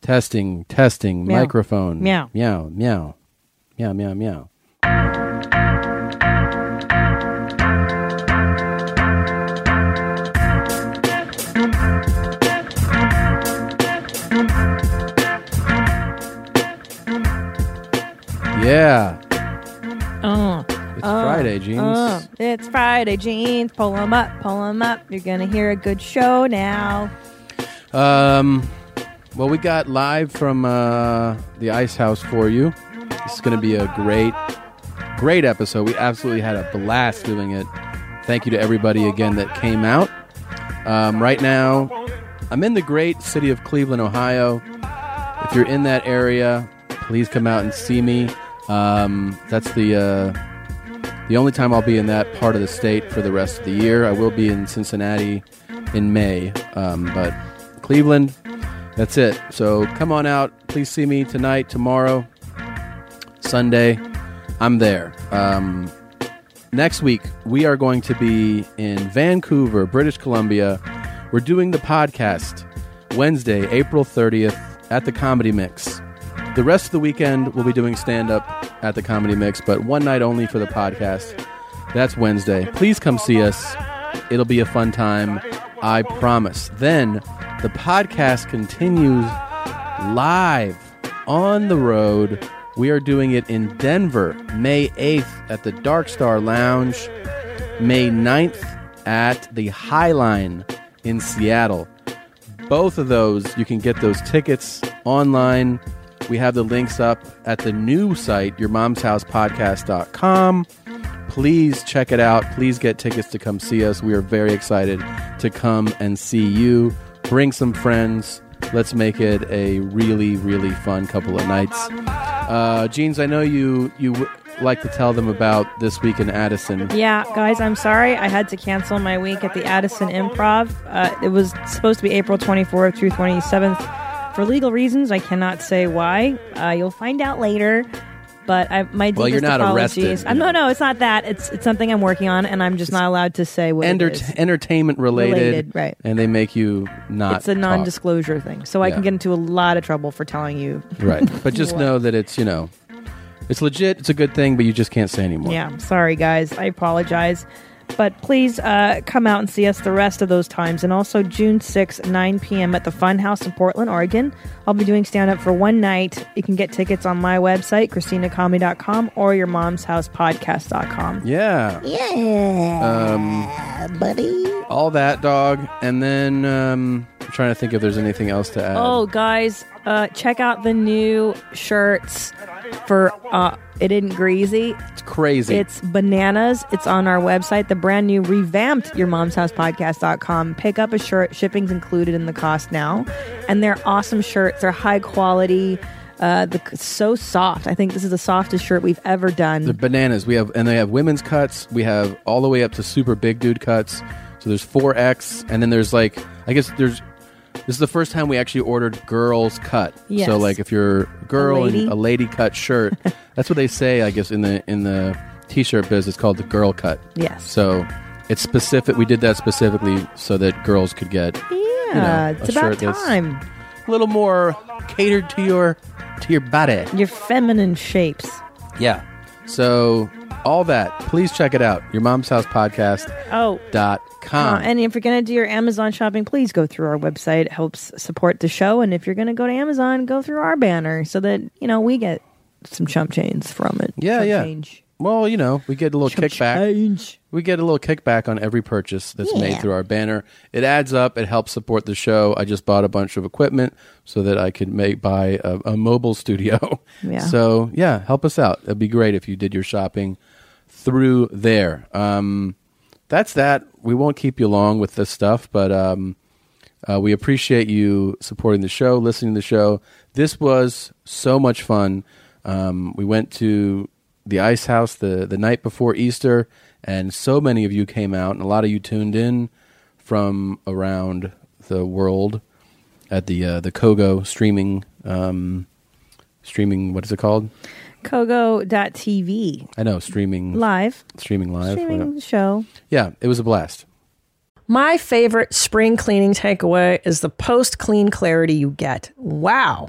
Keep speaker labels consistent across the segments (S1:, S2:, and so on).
S1: Testing, testing,
S2: Meow.
S1: microphone.
S2: Meow.
S1: Meow, meow. Meow, meow, meow. Yeah.
S2: Uh,
S1: It's
S2: uh,
S1: Friday, jeans.
S2: uh. it's Friday, jeans. Pull them up, pull them up. You're gonna hear a good show now.
S1: Um, well, we got live from uh, the Ice House for you. This is going to be a great, great episode. We absolutely had a blast doing it. Thank you to everybody again that came out. Um, right now, I'm in the great city of Cleveland, Ohio. If you're in that area, please come out and see me. Um, that's the uh, the only time I'll be in that part of the state for the rest of the year. I will be in Cincinnati in May, um, but Cleveland, that's it. So come on out. Please see me tonight, tomorrow, Sunday. I'm there. Um, next week we are going to be in Vancouver, British Columbia. We're doing the podcast Wednesday, April 30th at the Comedy Mix. The rest of the weekend we'll be doing stand up at the Comedy Mix, but one night only for the podcast. That's Wednesday. Please come see us. It'll be a fun time. I promise. Then the podcast continues live on the road. We are doing it in Denver, May 8th at the Dark Star Lounge, May 9th at the Highline in Seattle. Both of those, you can get those tickets online. We have the links up at the new site, yourmomshousepodcast.com. Please check it out. Please get tickets to come see us. We are very excited to come and see you. Bring some friends. Let's make it a really, really fun couple of nights. Uh, Jeans, I know you you w- like to tell them about this week in Addison.
S2: Yeah, guys, I'm sorry. I had to cancel my week at the Addison Improv. Uh, it was supposed to be April 24th through 27th. For legal reasons, I cannot say why. Uh, you'll find out later. But I, my deepest
S1: Well, you're not
S2: apologies.
S1: arrested,
S2: I'm,
S1: you
S2: no,
S1: know.
S2: no, it's not that. It's it's something I'm working on, and I'm just not allowed to say what it is.
S1: Entert- entertainment related,
S2: Related, right.
S1: And they make you not.
S2: It's a
S1: talk.
S2: non-disclosure thing, so I
S1: Yeah.
S2: can get into a lot of trouble for telling you.
S1: right? But just
S2: What?
S1: know that it's you know, it's legit. It's a good thing, but you just can't say anymore.
S2: Yeah, I'm sorry, guys. I apologize. But please uh, come out and see us the rest of those times. And also June 6th, 9 p.m. at the Fun House in Portland, Oregon. I'll be doing stand up for one night. You can get tickets on my website, ChristinaComedy.com, or your mom's house podcast.com.
S1: Yeah. Um,
S3: Yeah, buddy.
S1: All that dog, and then um, I'm trying to think if there's anything else to add.
S2: Oh, guys, uh, check out the new shirts for uh, It Isn't Greasy.
S1: it's crazy.
S2: It's bananas. It's on our website, the brand new revamped your mom's house podcast.com. Pick up a shirt. Shipping's included in the cost now. And they're awesome shirts. They're high quality. Uh, the, so soft. I think this is the softest shirt we've ever done.
S1: the bananas. We have, and they have women's cuts. We have all the way up to super big dude cuts. So there's four X, and then there's like, I guess there's. This is the first time we actually ordered girls cut.
S2: Yes.
S1: So like, if you're a girl
S2: lady.
S1: in a lady cut shirt, that's what they say. I guess in the in the t-shirt biz, it's called the girl cut.
S2: Yes.
S1: So it's specific. We did that specifically so that girls could get
S2: yeah,
S1: know, a
S2: it's about
S1: shirt that's-
S2: time.
S1: a little more catered to your to your body.
S2: Your feminine shapes.
S1: Yeah. So all that, please check it out. Your mom's house podcast
S2: Oh,
S1: dot
S2: uh,
S1: com.
S2: and if you're going to do your Amazon shopping, please go through our website. It helps support the show. And if you're going to go to Amazon, go through our banner so that, you know, we get some chump change from it.
S1: yeah,
S2: Chump
S1: yeah.
S2: change.
S1: Well, you know, we get a little kickback.
S2: Change.
S1: We get a little kickback on every purchase that's made through our banner. It adds up. It helps support the show. I just bought a bunch of equipment so that I could make buy a, a mobile studio.
S2: Yeah.
S1: So yeah, help us out. It'd be great if you did your shopping through there. Um, that's that. We won't keep you long with this stuff, but um, uh, we appreciate you supporting the show, listening to the show. This was so much fun. Um, we went to the Ice House the, the night before Easter, and so many of you came out, and a lot of you tuned in from around the world at the uh, the Kogo streaming um, streaming. What is it called?
S2: Kogo.tv
S1: I know streaming
S2: live
S1: streaming Mm. live.
S2: streaming
S1: whatever.
S2: show.
S1: Yeah, it was a blast.
S3: My favorite spring cleaning takeaway is the post clean clarity you get. Wow.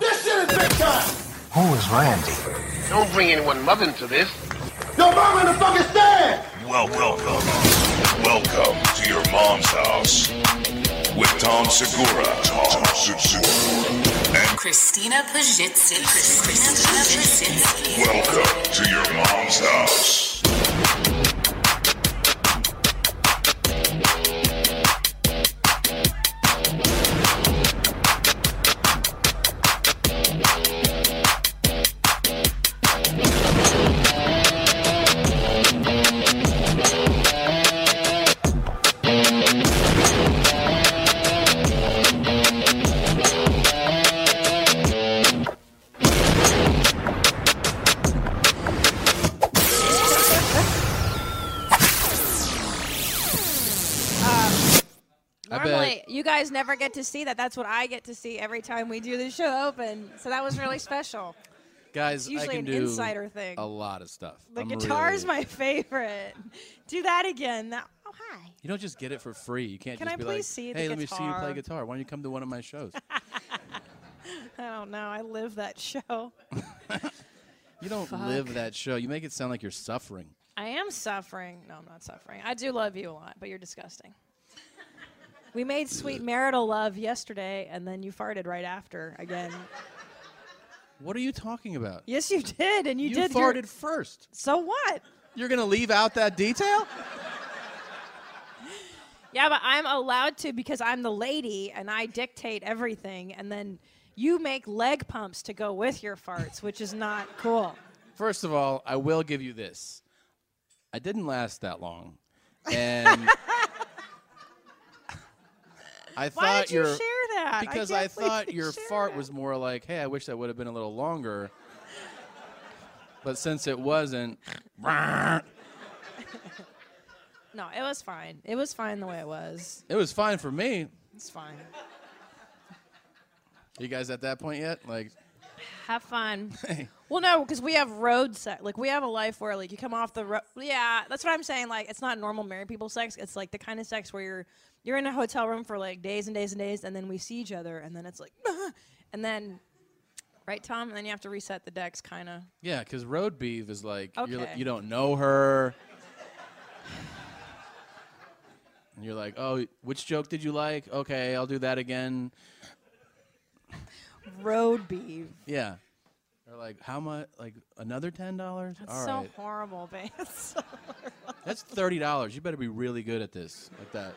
S4: This shit is big time.
S5: Who is Randy?
S6: Don't bring anyone love into this.
S4: Your mom in the fucking stand.
S7: Welcome. Welcome to your mom's house with Tom Segura. Tom Segura. And
S4: Christina Pajitsky. Christina Pajitsky.
S7: welcome to your mom's house.
S1: I
S2: Normally, you guys never get to see that. That's what I get to see every time we do the show open. So that was really special.
S1: Guys,
S2: It's usually
S1: I can
S2: an
S1: do
S2: insider thing.
S1: a lot of stuff.
S2: The
S1: I'm
S2: guitar is
S1: really-
S2: my favorite. Do that again. That, oh hi.
S1: You don't just get it for free. You can't
S2: Can
S1: just
S2: I
S1: be
S2: please
S1: like,
S2: see the
S1: "Hey, let me see you play
S2: guitar?"
S1: guitar. Why don't you come to one of my shows?"
S2: I don't know. I live that show.
S1: You don't
S2: Fuck.
S1: live that show. You make it sound like you're suffering.
S2: I am suffering. No, I'm not suffering. I do love you a lot, but you're disgusting. We made sweet marital love yesterday, and then you farted right after again.
S1: What are you talking about?
S2: Yes, you did, and you,
S1: You
S2: did.
S1: farted first.
S2: So what?
S1: You're gonna leave out that detail?
S2: Yeah, but I'm allowed to because I'm the lady and I dictate everything, and then you make leg pumps to go with your farts, which is not cool.
S1: First of all, I will give you this. I didn't last that long, and I thought
S2: Why did you
S1: your
S2: share that? I
S1: because
S2: can't
S1: I,
S2: believe
S1: thought
S2: you
S1: your
S2: shared
S1: fart
S2: that.
S1: was more like, "Hey, I wish that would have been a little longer," but since it wasn't, it
S2: No, it was fine. It was fine the way it was.
S1: was fine for me.
S2: It's fine.
S1: You guys at that point yet? Like,
S2: Have fun. Well, no, because we have road sex. Like we have a life where like you come off the road. Yeah, that's what I'm saying. Like it's not normal married people sex. It's like the kind of sex where you're you're in a hotel room for like days and days and days, and then we see each other, and then it's like, and then, right, Tom, and then you have to reset the decks, kind of.
S1: Yeah, because road beef is like you're, li-
S2: Okay.
S1: you don't know her. And you're like, oh, which joke did you like? Okay, I'll do that again.
S2: Road beef.
S1: Yeah. Or like, how much? Like another ten dollars?
S2: That's
S1: All
S2: so
S1: right,
S2: horrible, babe. It's so horrible.
S1: that's thirty dollars. You better be really good at this, like that.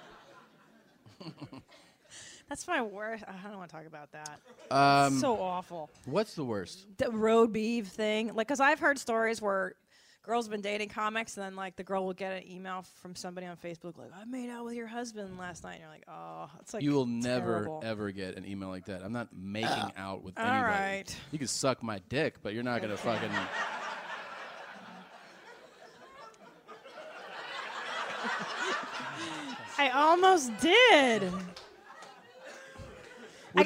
S2: That's my worst. I don't want to talk about that.
S1: Um,
S2: so awful.
S1: What's the worst?
S2: the road beef thing like because i've heard stories where girls been dating comics and then like the girl will get an email from somebody on facebook like i made out with your husband last night and you're like oh it's like
S1: you will never e-,
S2: terrible.
S1: ever get an email like that. I'm not making out with
S2: All
S1: anybody.
S2: right.
S1: You can suck my dick, but you're not gonna fucking.
S2: i almost did i
S1: With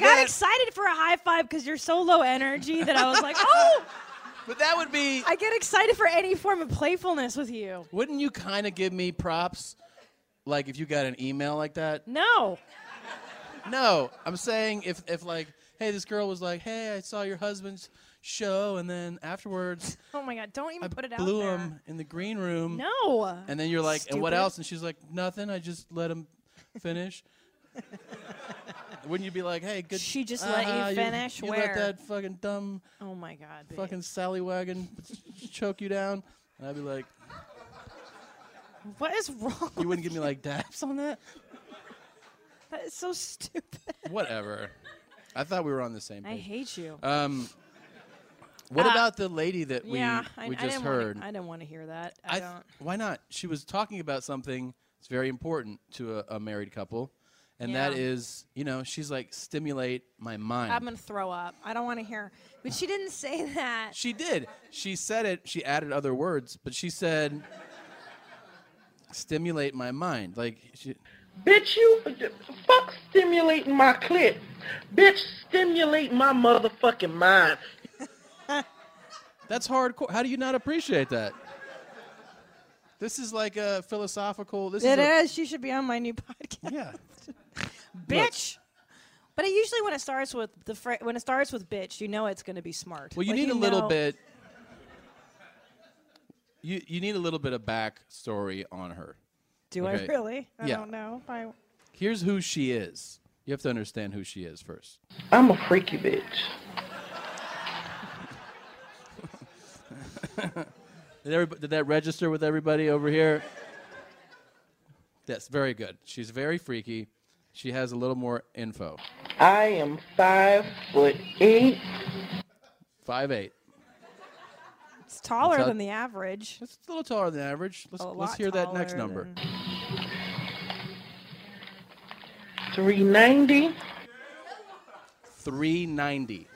S2: got
S1: that-
S2: excited for a high five because you're so low energy that i was like oh
S1: But that would be.
S2: i get excited for any form of playfulness with you
S1: Wouldn't you kind of give me props, like if you got an email like that?
S2: no
S1: No, I'm saying if if like, hey, this girl was like, hey, I saw your husband's show, and then afterwards,
S2: oh my god don't even
S1: I
S2: put it
S1: blew
S2: out there
S1: him in the green room.
S2: no
S1: And then you're like, and what
S2: Stupid.
S1: else? And she's like, nothing. I just let him finish. Wouldn't you be like, hey, good?
S2: She just let you
S1: uh-huh,
S2: finish?
S1: You,
S2: Where?
S1: let that fucking dumb,
S2: oh my god babe.
S1: fucking sallywagon choke you down? And I'd be like,
S2: what is wrong
S1: you wouldn't give me like daps on that?
S2: that is so stupid
S1: Whatever. I thought we were on the same page.
S2: i hate you
S1: Um, what
S2: Uh,
S1: about the lady that we
S2: yeah, I,
S1: we
S2: I
S1: just
S2: didn't
S1: heard?
S2: Wanna, I didn't want to hear that. I,
S1: I th-
S2: don't.
S1: why not? She was talking about something that's very important to a, a married couple, and that
S2: Yeah.
S1: is, you know, she's like stimulate my mind.
S2: I'm gonna throw up. I don't want to hear. But she didn't say that.
S1: she did. She said it. She added other words, but she said stimulate my mind. Like she,
S8: Bitch, you fuck stimulating my clit. Bitch, stimulate my motherfucking mind.
S1: that's hardcore. How do you not appreciate that? This is like a philosophical. This
S2: It
S1: is. a-
S2: is. She should be on my new podcast,
S1: yeah.
S2: bitch. But I usually when it starts with the fra- when it starts with bitch, you know it's gonna be smart.
S1: Well, you
S2: Like,
S1: need a little
S2: know-
S1: bit. You you need a little bit of backstory on her.
S2: Do I
S1: okay.
S2: really? I
S1: Yeah.
S2: don't know. if I,
S1: Here's who she is. You have to understand who she is first.
S8: I'm a freaky bitch.
S1: Did, everybody, did that register with everybody over here? That's very good. She's very freaky. She has a little more info.
S8: I am five foot eight.
S1: Five eight.
S2: it's taller
S1: That's how-
S2: than the average.
S1: It's a little taller than average. Let's
S2: A
S1: let's
S2: lot
S1: hear that next
S2: taller
S1: number.
S2: than-
S8: 390.
S1: Three ninety.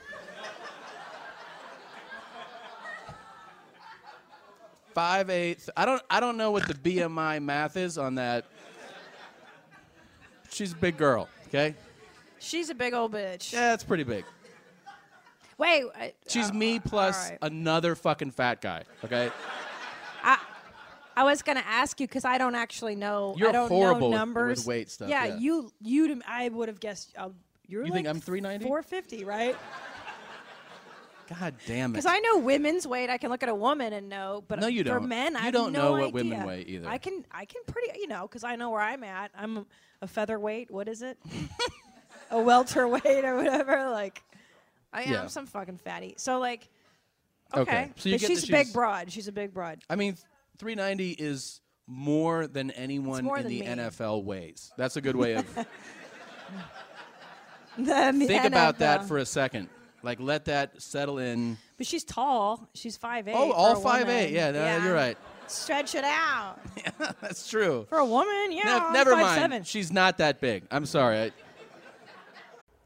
S1: Five eight. I don't. I don't know what the BMI math is on that. She's a big girl. Okay.
S2: She's a big old bitch.
S1: Yeah, it's pretty big.
S9: Wait. I,
S1: She's
S9: Uh,
S1: me plus another fucking fat guy. Okay.
S9: I was gonna ask you because I don't actually know.
S1: You're
S9: I don't
S1: horrible
S9: know
S1: with-
S9: numbers.
S1: with weight stuff, yeah.
S9: you you. I would have guessed. Uh, you're
S1: You
S9: like
S1: think I'm 390?
S9: 450, right?
S1: God damn it.
S9: Because I know women's weight. I can look at a woman and know, but
S1: No, you
S9: For
S1: don't.
S9: men,
S1: You
S9: I have
S1: don't
S9: no
S1: know
S9: idea.
S1: what women weigh either.
S9: I can, I can pretty, you know, because I know where I'm at. I'm a featherweight. What is it? a welterweight or whatever. Like, I am
S1: Yeah.
S9: some fucking fatty. So like, okay,
S1: Okay, so you
S9: But
S1: get
S9: she's
S1: that
S9: a big
S1: she's-
S9: broad. She's a big broad.
S1: I mean, 390 is more than anyone
S9: more
S1: in
S9: than
S1: the
S9: me.
S1: NFL weighs. That's a good way of
S9: Then the
S1: think about that
S9: NFL.
S1: for a second. Like let that settle in.
S9: But she's tall. She's five eight.
S1: Oh, all 5'8". Yeah, no, you're right.
S9: Stretch it out
S1: That's true.
S9: for a woman. Yeah,
S1: Ne-
S9: I'm
S1: never mind.
S9: 5'7".
S1: She's not that big. I'm sorry. I,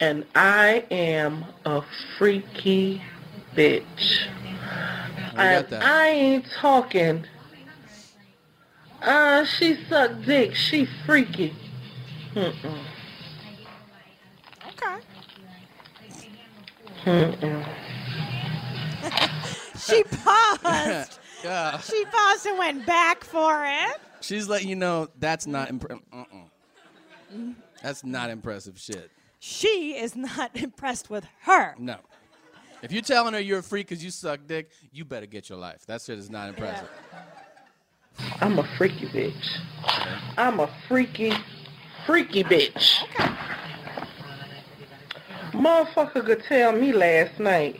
S8: and I am a freaky bitch.
S1: I
S8: And I ain't talking. Uh, she suck dick. She freaky. Mm-mm.
S9: Okay.
S8: Mm-mm.
S9: She paused.
S1: Yeah.
S9: she paused and went back for it.
S1: She's letting you know that's not impre- uh-uh. That's not impressive shit.
S9: She is not impressed with her.
S1: No. If you're telling her you're a freak because you suck dick, you better get your life. That shit is not impressive.
S8: I'm a freaky bitch. I'm a freaky, freaky bitch. Motherfucker could tell me last night,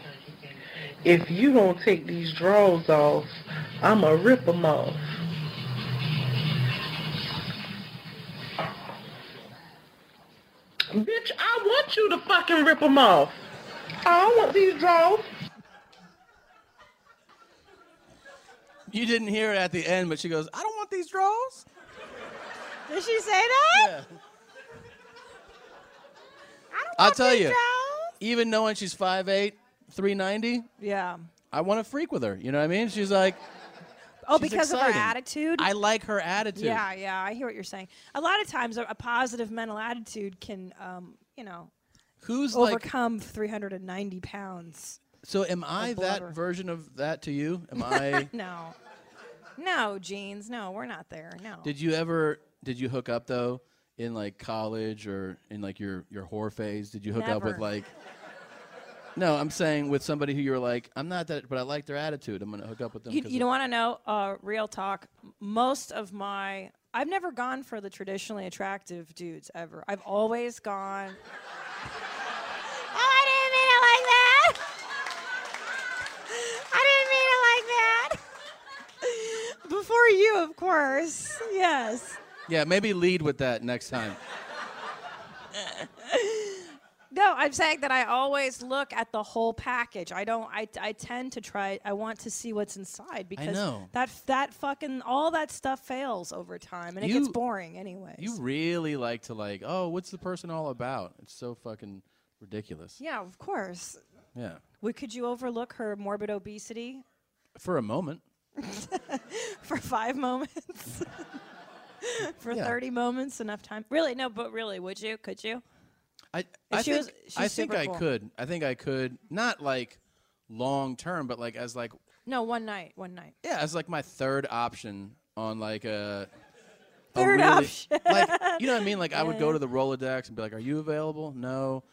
S8: if you don't take these drawers off, I'ma rip them off. Bitch, I want you to fucking rip them off. I don't want these drawers.
S1: You didn't hear it at the end, but she goes, I don't want these draws.
S9: Did she say that?
S1: I'll tell you, even knowing she's 5'8, 390,
S9: Yeah.
S1: I want to freak with her. You know what I mean? She's like,
S9: Oh,
S1: She's
S9: because of
S1: exciting.
S9: her attitude.
S1: I like her attitude.
S9: Yeah, yeah, I hear what you're saying. A lot of times, a, a positive mental attitude can, um, you know,
S1: Who's like,
S9: overcome 390 pounds.
S1: so am I
S9: blubber.
S1: that version of that to you? Am I,
S9: no, no, jeans. No, we're not there. No.
S1: did you ever, did you hook up though in like college or in like your, your whore phase? Did you hook up with
S9: Never.
S1: like, No, I'm saying with somebody who you're like, I'm not that, but I like their attitude. I'm going to hook up with them.
S2: You,
S1: 'cause
S2: you
S1: of-
S2: don't want to know uh, real talk. Most of my I've never gone for the traditionally attractive dudes ever. I've always gone. oh, I didn't mean it like that. I didn't mean it like that. Before you, of course. Yes.
S1: Yeah, maybe lead with that next time.
S2: No, I'm saying that I always look at the whole package. I don't. I, I tend to try. I want to see what's inside because
S1: know.
S2: that that fucking all that stuff fails over time and it gets
S1: You-
S2: boring anyway.
S1: You really like to like, oh, what's the person all about? It's so fucking ridiculous.
S2: Yeah, of course.
S1: Yeah.
S2: Would, could you overlook her morbid obesity
S1: For a moment.
S2: for five moments? for
S1: Yeah.
S2: 30 moments, enough time? Really? No, but really, would you? Could you?
S1: I I
S2: she
S1: think,
S2: was- she's
S1: I, think
S2: super
S1: I
S2: cool.
S1: could. I think I could not like long term, but like as like
S2: No, one night. One night.
S1: yeah, as like my third option on like a a
S2: Third
S1: really-
S2: option.
S1: Like you know what I mean? Like I would go
S2: Yeah.
S1: to the Rolodex and be like, "Are you available? No.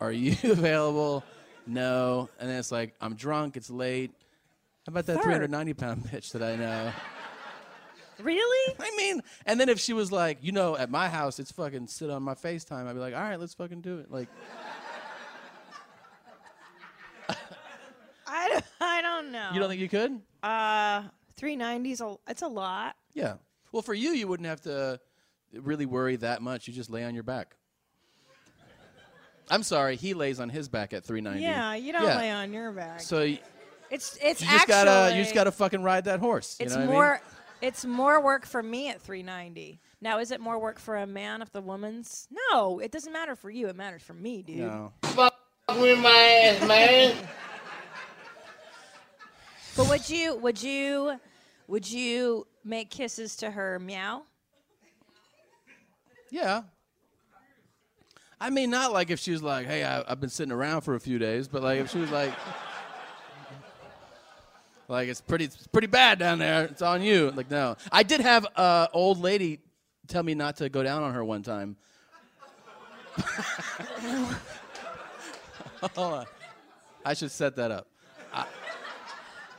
S1: Are you available? No." And then it's like, "I'm drunk. It's late. How about that
S2: Third.
S1: 390 pound bitch that I know?"
S2: Really?
S1: I mean, and then if she was like, you know, at my house, it's fucking sit on my FaceTime, I'd be like, all right, let's fucking do it. Like,
S2: I don't, I don't know.
S1: you don't think you could?
S2: Uh, 390s, a- it's a lot.
S1: Yeah. Well, for you, you wouldn't have to really worry that much. You just lay on your back. I'm sorry, he lays on his back at 390.
S2: Yeah, you don't
S1: Yeah.
S2: lay on your back.
S1: So y-
S2: it's it's
S1: you just
S2: actually
S1: gotta you just gotta fucking ride that horse. you
S2: It's
S1: know what I mean?
S2: more it's more work for me at 390. Now is it more work for a man if the woman's? No, it doesn't matter for you, it matters for me, dude.
S1: No.
S4: Fuck with my ass, man.
S2: But would you would you would you make kisses to her meow?
S1: Yeah. I mean, not like if she was like, "Hey, I, I've been sitting around for a few days," but like if she was like, "Like it's pretty, it's pretty bad down there. It's on you." Like no, I did have a old lady tell me not to go down on her one time. Hold on, I should set that up.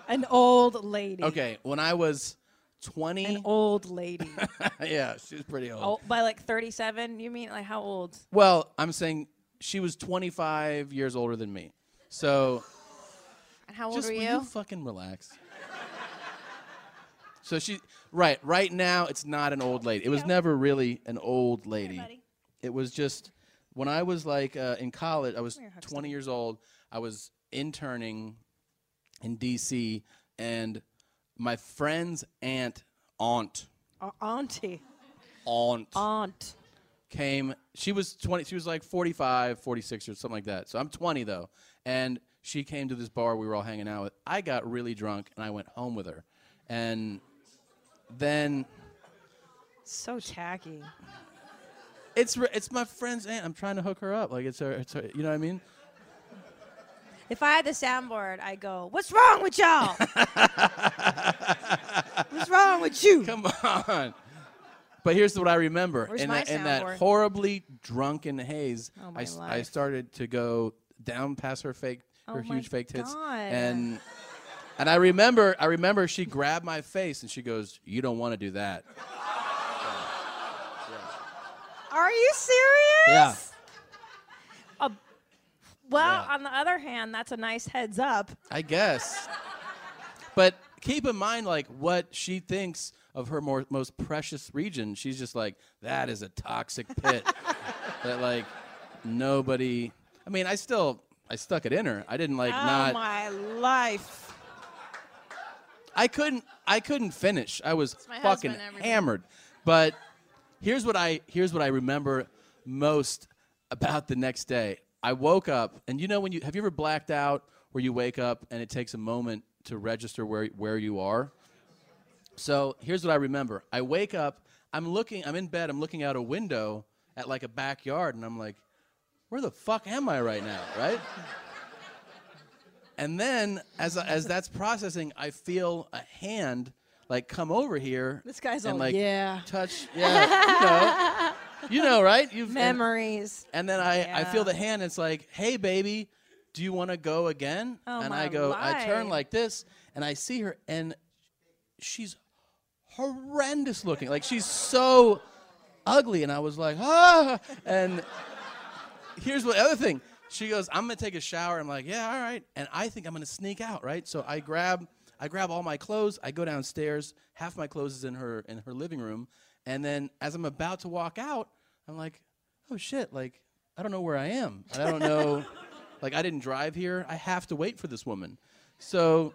S2: An old lady.
S1: Okay, when I was twenty,
S2: An old lady.
S1: yeah, she was pretty old.
S2: oh, by like 37, you mean like how old?
S1: Well, I'm saying she was 25 years older than me, so.
S2: And how old
S1: Just
S2: were
S1: will
S2: you?
S1: you fucking relax? So she, right, right now it's not an old lady. It was never really an old lady. It was just when I was like uh, in college. I was 20 years old. I was interning in D.C. and my friend's aunt, aunt,
S2: A- auntie.
S1: aunt,
S2: Aunt.
S1: came she was 20 she was like 45 46 or something like that so i'm 20 though and she came to this bar we were all hanging out with i got really drunk and i went home with her and then
S2: So tacky.
S1: it's re- it's my friend's aunt i'm trying to hook her up like it's her, it's her you know what i mean
S2: If I had the soundboard, I go, "What's wrong with y'all?" What's wrong with you?
S1: Come on. But here's what I remember.
S2: Where's
S1: in
S2: my
S1: that, in that
S2: soundboard?
S1: horribly drunken haze,
S2: Oh,
S1: I,
S2: my
S1: s- I
S2: life.
S1: started to go down past her fake,
S2: Oh, my
S1: her huge fake tits,
S2: God.
S1: and and I remember, I remember she grabbed my face and she goes, "You don't want to do that."
S2: Are you serious?
S1: Yeah.
S2: Well, on the other hand, that's a nice heads up.
S1: I guess. But keep in mind, like, what she thinks of her more, most precious region. She's just like, that is a toxic pit that, like, nobody. I mean, I still, I stuck it in her. I didn't, like,
S2: oh
S1: not.
S2: my life.
S1: I couldn't, I couldn't finish. I was
S2: my
S1: fucking
S2: husband, everybody.
S1: hammered. But here's what I, here's what I remember most about the next day. I woke up, and you know when you have you ever blacked out where you wake up and it takes a moment to register where where you are. So here's what I remember. I wake up, I'm looking, I'm in bed, I'm looking out a window at like a backyard, and I'm like, where the fuck am I right now, right? and then as, as that's processing, I feel a hand like come over here.
S2: This guy's
S1: and
S2: all,
S1: like
S2: "Yeah."
S1: touch, yeah, you know, you know, right? You've and-
S2: Memories.
S1: and then I, I
S2: Yeah.
S1: feel the hand. It's like, hey, baby, "Do you want to go again?"
S2: Oh,
S1: and
S2: my
S1: I go, I turn
S2: life.
S1: like this, and I see her, and she's horrendous looking. Like she's so ugly, and I was like, ah. And here's the other thing. She goes, I'm gonna take a shower. I'm like, yeah, all right. And I think I'm gonna sneak out, right? So I grab, I grab all my clothes. I go downstairs. Half my clothes is in her in her living room. And then as I'm about to walk out, I'm like, oh shit, like I don't know where I am. And I don't know, like I didn't drive here. I have to wait for this woman. So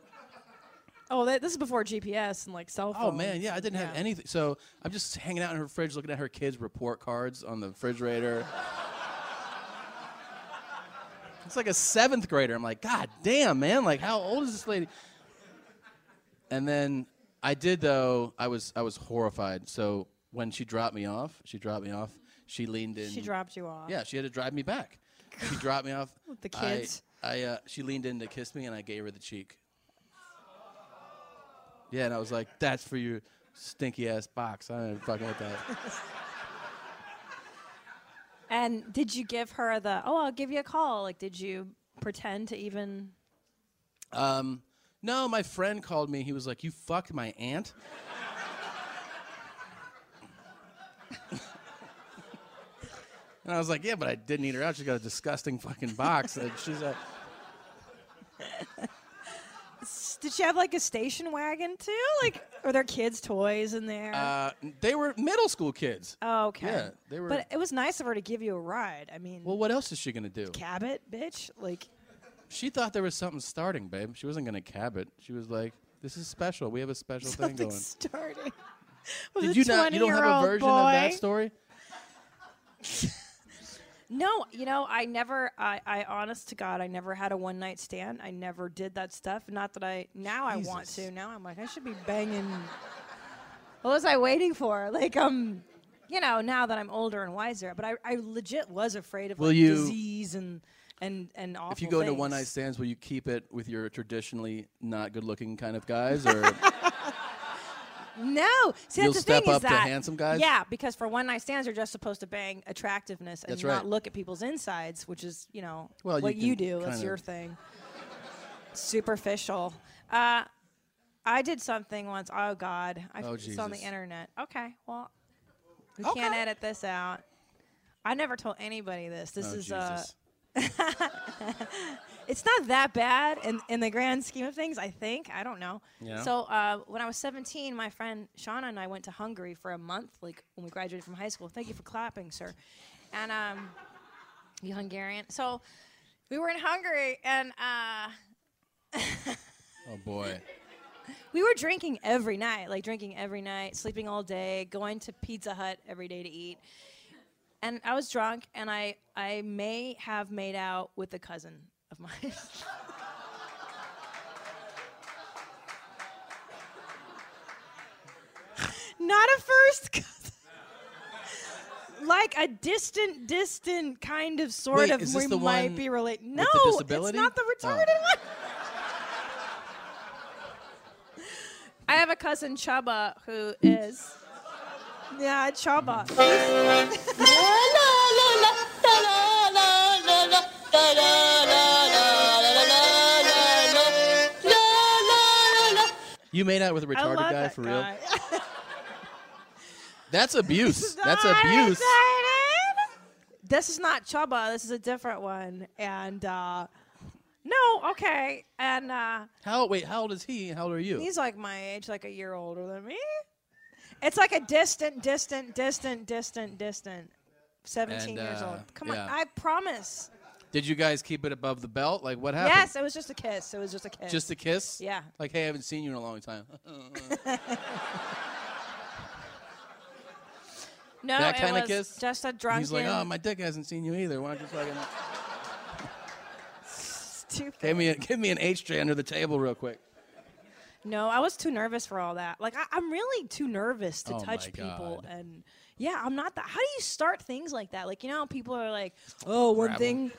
S2: Oh, that, this is before GPS and like cell
S1: Oh
S2: phones.
S1: man, yeah, I didn't have anything. So I'm just hanging out in her fridge, looking at her kids' report cards on the refrigerator. it's like a seventh grader. I'm like, God damn, man! Like, how old is this lady? And then I did though. I was I was horrified. So when she dropped me off, she dropped me off. She leaned in.
S2: She dropped you off.
S1: Yeah, she had to drive me back. She dropped me off.
S2: With the
S1: I-
S2: kids.
S1: I, uh, she leaned in to kiss me, and I gave her the cheek. Yeah, and I was like, "That's for your stinky ass box." I don't fucking with that.
S2: And did you give her the, oh, I'll give you a call? Like, did you pretend to even.
S1: Um, no, my friend called me. He was like, "You fucked my aunt." and I was like, "Yeah, but I didn't eat her out. She got a disgusting fucking box." And she's like,
S2: S- Did she have like a station wagon too? Like, are there kids' toys in there?
S1: uh, "They were middle school kids."
S2: oh, okay.
S1: yeah, they were-
S2: But it was nice of her to give you a ride. I mean,
S1: Well, what else is she gonna do?
S2: cab it, bitch. Like,
S1: She thought there was something starting, babe. She wasn't gonna cab it. She was like, "This is special. We have a special thing
S2: something
S1: going."
S2: starting.
S1: Did you not? You don't have a version of that story?
S2: No, you know, I never, I, I honest to God, I never had a one night stand. I never did that stuff. Not that I, now I want
S1: Jesus.
S2: to. Now I'm like, I should be banging. What was I waiting for? Like, um, you know, now that I'm older and wiser, but I, I legit was afraid of
S1: Will
S2: like,
S1: you-
S2: disease and, and, and awful
S1: If you go into one night
S2: things.
S1: stands, will you keep it with your traditionally not good-looking kind of guys, or
S2: No, see
S1: You'll
S2: that's the
S1: step
S2: thing is
S1: up to
S2: that
S1: handsome guys?
S2: Yeah, because for one night stands, you're just supposed to bang attractiveness and
S1: That's
S2: not
S1: right.
S2: look at people's insides, which is you know
S1: Well, you
S2: what you,
S1: can
S2: do. That's
S1: kinda-
S2: your thing. Superficial. Uh, I did something once. Oh God, I
S1: Oh,
S2: it's on the
S1: Jesus.
S2: internet. Okay, well, we
S1: Okay.
S2: can't edit this out. I never told anybody this. This
S1: Oh,
S2: is uh,
S1: Jesus.
S2: it's not that bad in, in the grand scheme of things, I think. I don't know.
S1: Yeah.
S2: So uh, when I was 17, my friend Shauna and I went to Hungary for a month, like when we graduated from high school. Thank you for clapping, sir. And um, you Hungarian. So we were in Hungary and uh,
S1: oh boy,
S2: we were drinking every night, like drinking every night, sleeping all day, going to Pizza Hut every day to eat. And I was drunk, and I, I may have made out with a cousin of mine. Not a first cousin. like a distant, distant kind of sort
S1: Wait,
S2: of
S1: is
S2: we
S1: this the
S2: might
S1: one
S2: be related.
S1: with
S2: No,
S1: the disability?
S2: it's not the
S1: Oh.
S2: retarded one. I have a cousin Chuba who is. Yeah, Chuba.
S1: you made out with a
S2: I
S1: retarded
S2: love
S1: guy
S2: that
S1: for
S2: guy.
S1: real? That's abuse. That's
S2: Not
S1: abuse.
S2: excited. This is not Chuba. This is a different one. And uh, no, okay. And uh,
S1: How? Wait, how old is he? How old are you?
S2: he's like my age, like a year older than me. It's like a distant, distant, distant, distant, distant. 17
S1: And,
S2: years
S1: uh,
S2: old. Come on.
S1: yeah.
S2: I promise.
S1: Did you guys keep it above the belt? Like what happened?
S2: Yes, it was just a kiss. It was just a kiss.
S1: Just a kiss? Hmm.
S2: Yeah.
S1: Like, hey, I haven't seen you in a long time.
S2: no,
S1: that
S2: it
S1: kinda
S2: was
S1: kiss?
S2: Just a drunken.
S1: He's like, oh, my dick hasn't seen you either. Why don't you fucking
S2: stupid.
S1: give me a, give me an HJ under the table real quick?
S2: No, I was too nervous for all that. Like I, I'm really too nervous to
S1: Oh
S2: touch
S1: my
S2: people,
S1: God.
S2: and yeah, I'm not that. How do you start things like that? Like you know, how people are like, oh, one
S1: Grab 'em.
S2: thing.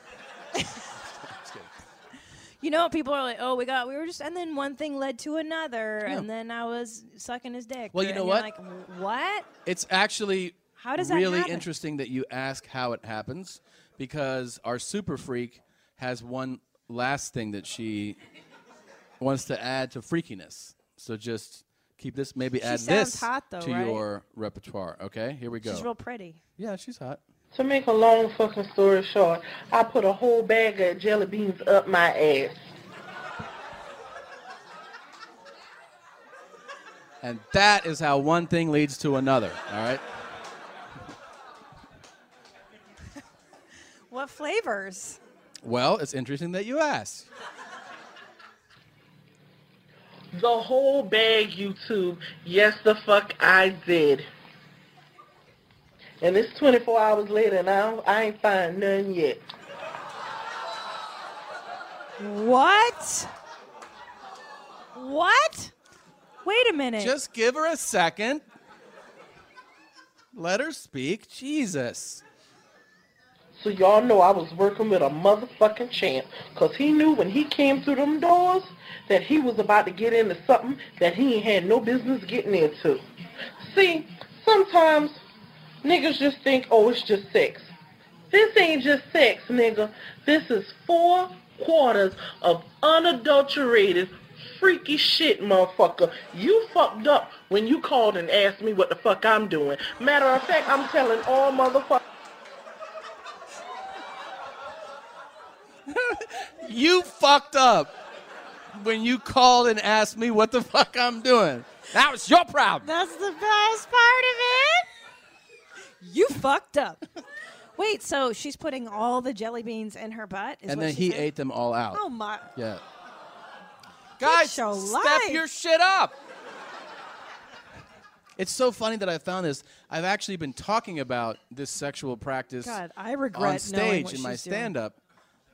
S2: You know, people are like, oh, we got, we were just, and then one thing led to another, and then I was sucking his dick.
S1: Well, you
S2: and
S1: know
S2: you're
S1: what?
S2: Like "Wh- what?
S1: It's actually
S2: How does that
S1: really
S2: happen?
S1: interesting that you ask how it happens because our super freak has one last thing that she wants to add to freakiness. So just keep this, maybe
S2: She
S1: add
S2: sounds
S1: this
S2: hot, though,
S1: to
S2: right?
S1: your repertoire. Okay, here we go.
S2: She's real pretty.
S1: Yeah, she's hot.
S8: To make a long fucking story short, I put a whole bag of jelly beans up my ass.
S1: And that is how one thing leads to another. All right.
S2: What flavors?
S1: Well, it's interesting that you asked.
S8: The whole bag, YouTube. Yes, the fuck I did. And it's 24 hours later, and I, don't- I ain't find none yet.
S2: What? What? Wait a minute.
S1: Just give her a second. Let her speak. Jesus.
S8: So y'all know I was working with a motherfucking champ, 'cause he knew when he came through them doors that he was about to get into something that he ain't had no business getting into. See, sometimes niggas just think, oh, it's just sex. This ain't just sex, nigga. This is four quarters of unadulterated freaky shit, motherfucker. You fucked up when you called and asked me what the fuck I'm doing. Matter of fact, I'm telling all motherfuckers.
S1: You fucked up when you called and asked me what the fuck I'm doing. That was your problem.
S2: That's the best part of it. You fucked up. Wait, so she's putting all the jelly beans in her butt? Is
S1: and
S2: what
S1: then
S2: she
S1: he
S2: said?
S1: ate them all out.
S2: Oh my!
S1: Yeah. Guys,
S2: your
S1: step
S2: life.
S1: your shit up. It's so funny that I found this. I've actually been talking about this sexual practice
S2: God, I regret
S1: on
S2: knowing
S1: stage
S2: what
S1: in my
S2: she's doing.
S1: stand-up.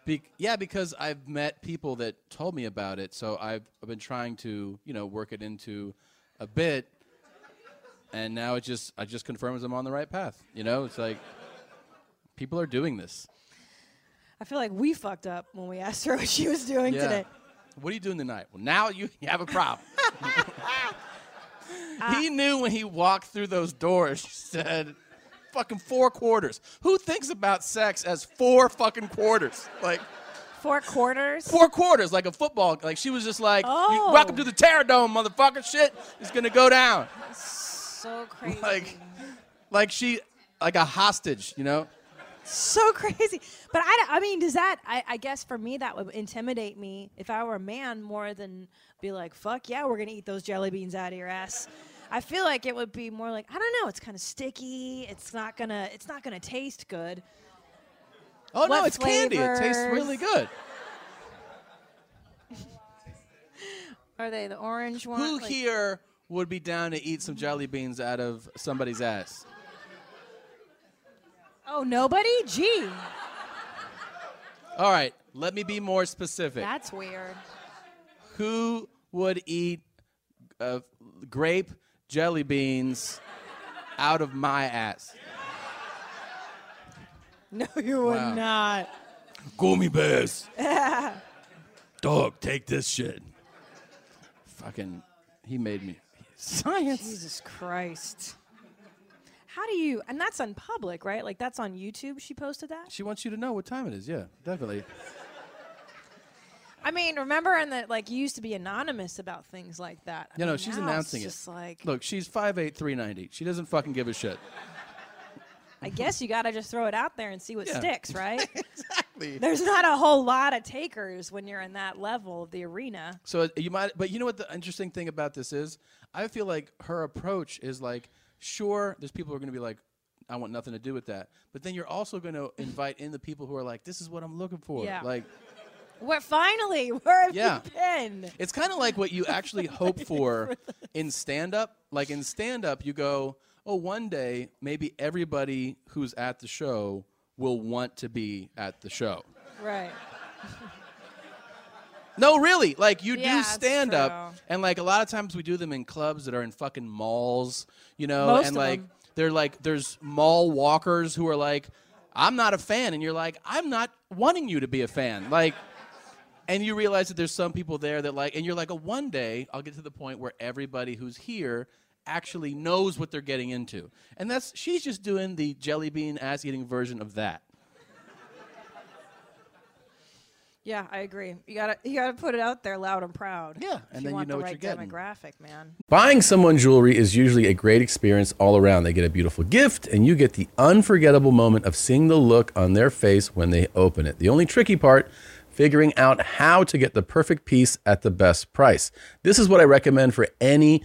S1: Be- yeah, because I've met people that told me about it, so I've been trying to, you know, work it into a bit, and now it just I just confirms I'm on the right path. You know, it's like people are doing this.
S2: I feel like we fucked up when we asked her what she was doing
S1: Yeah.
S2: today.
S1: What are you doing tonight? Well, now you have a problem.
S2: Uh,
S1: he knew when he walked through those doors, she said, fucking four quarters. Who thinks about sex as four fucking quarters? Like,
S2: Four quarters.
S1: four quarters, like a football. Like, she was just like, "You-
S2: Oh.
S1: welcome to the Terror Dome, motherfucker. Shit is going to go down.
S2: So crazy.
S1: Like, like she, like a hostage, you know?
S2: so crazy. But I, I mean, does that? I, I guess for me, that would intimidate me if I were a man more than be like, "Fuck yeah, we're gonna eat those jelly beans out of your ass." I feel like it would be more like, I don't know, it's kind of sticky. It's not gonna, it's not gonna taste good.
S1: Oh, no,
S2: What
S1: it's candy. It tastes really
S2: flavors?
S1: good.
S2: Are they the orange one?
S1: Who
S2: Like-
S1: here would be down to eat some jelly beans out of somebody's ass?
S2: Oh, nobody. Gee,
S1: All right, let me be more specific.
S2: that's weird.
S1: Who would eat uh, grape jelly beans out of my ass?
S2: No, you would
S1: Wow.
S2: not.
S1: Gummy bears. Dog, take this shit. Fucking, he made me. Science.
S2: Jesus Christ. How do you? And that's on public, right? Like that's on YouTube. She posted that.
S1: She wants you to know what time it is. Yeah, definitely.
S2: I mean, remember in the like you used to be anonymous about things like that. I
S1: You know,
S2: mean,
S1: she's
S2: now
S1: announcing
S2: it's
S1: it.
S2: Just like
S1: Look, she's 5'8", 390. She doesn't fucking give a shit.
S2: I guess you gotta just throw it out there and see what
S1: Mm-hmm. Yeah.
S2: sticks, right?
S1: Exactly.
S2: There's not a whole lot of takers when you're in that level of the arena.
S1: So uh, you might, but you know what the interesting thing about this is? I feel like her approach is like, sure, there's people who are going to be like, I want nothing to do with that. But then you're also going to invite in the people who are like, this is what I'm looking for.
S2: Yeah.
S1: Like,
S2: We're finally where have
S1: Yeah.
S2: you been?
S1: it's kind of like what you actually hope for in stand up. Like in stand up, you go, oh, one day maybe everybody who's at the show will want to be at the show.
S2: Right.
S1: No, really. Like you
S2: Yeah,
S1: do
S2: it's
S1: stand up,
S2: true.
S1: and like a lot of times we do them in clubs that are in fucking malls, you know,
S2: Most
S1: and
S2: of
S1: like
S2: them.
S1: they're like there's mall walkers who are like, I'm not a fan, and you're like, I'm not wanting you to be a fan, like. And you realize that there's some people there that like, and you're like, oh, one day I'll get to the point where everybody who's here actually knows what they're getting into. And that's, she's just doing the jelly bean ass eating version of that.
S2: Yeah, I agree. You gotta you gotta put it out there loud and proud. Yeah,
S1: and then you
S2: want
S1: know
S2: the
S1: what
S2: right
S1: you're getting.
S2: demographic, man.
S5: Buying someone jewelry is usually a great experience all around. They get a beautiful gift, and you get the unforgettable moment of seeing the look on their face when they open it. The only tricky part, figuring out how to get the perfect piece at the best price. This is what I recommend for any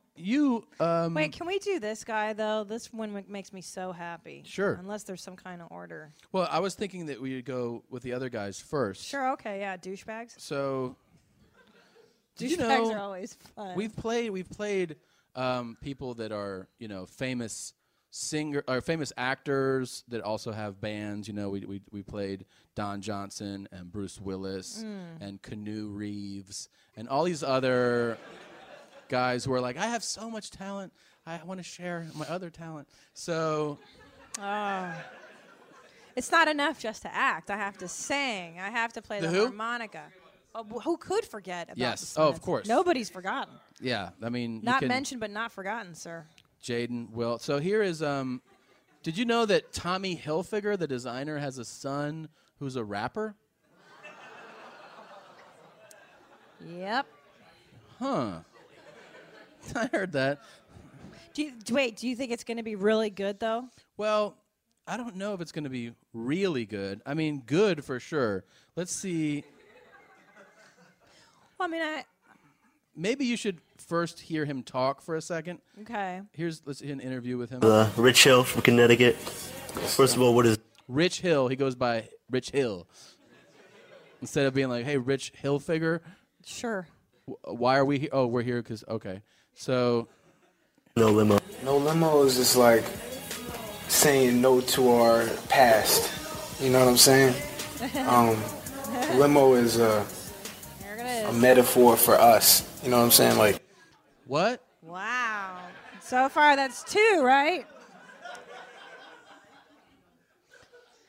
S1: you um,
S2: Wait, can we do this guy though? This one ma- makes me so happy.
S1: Sure.
S2: Unless there's some kind of order.
S1: Well, I was thinking that we would go with the other guys first.
S2: Sure. Okay. Yeah. Douchebags.
S1: So
S2: Douchebags
S1: you know,
S2: are always fun.
S1: We've played we've played um, people that are you know famous singer or famous actors that also have bands. You know, we we we played Don Johnson and Bruce Willis
S7: Mm.
S1: and Canoe Reeves and all these other guys who are like, I have so much talent. I want to share my other talent. So
S2: Oh. It's not enough just to act. I have to sing. I have to play
S1: The
S2: the,
S1: who?
S2: harmonica. Oh, wh- who could forget about
S1: Yes.
S2: this
S1: Oh, of
S2: sentence?
S1: course.
S2: Nobody's forgotten.
S1: yeah, I mean, you
S2: Not
S1: can-
S2: mentioned, but not forgotten, sir.
S1: Jaden will. So here is um did you know that Tommy Hilfiger, the designer, has a son who's a rapper?
S2: Yep.
S1: Huh. I heard that.
S2: Do you, d- wait, do you think it's going to be really good, though?
S1: Well, I don't know if it's going to be really good. I mean, good for sure. Let's see.
S2: Well, I mean, I.
S1: Maybe you should first hear him talk for a second.
S2: Okay.
S1: Here's let's hear an interview with him.
S10: Uh, Rich Hill from Connecticut. First of all, what is
S1: Rich Hill. He goes by Rich Hill. Instead of being like, "Hey, Rich Hill figure."
S2: Sure.
S1: Why are we here? Oh, we're here because okay. So
S10: no limo.
S11: No limo is just like saying no to our past. You know what I'm saying? Um, limo is a, a metaphor for us. You know what I'm saying? Like
S1: what?
S2: Wow. So far, that's two, right?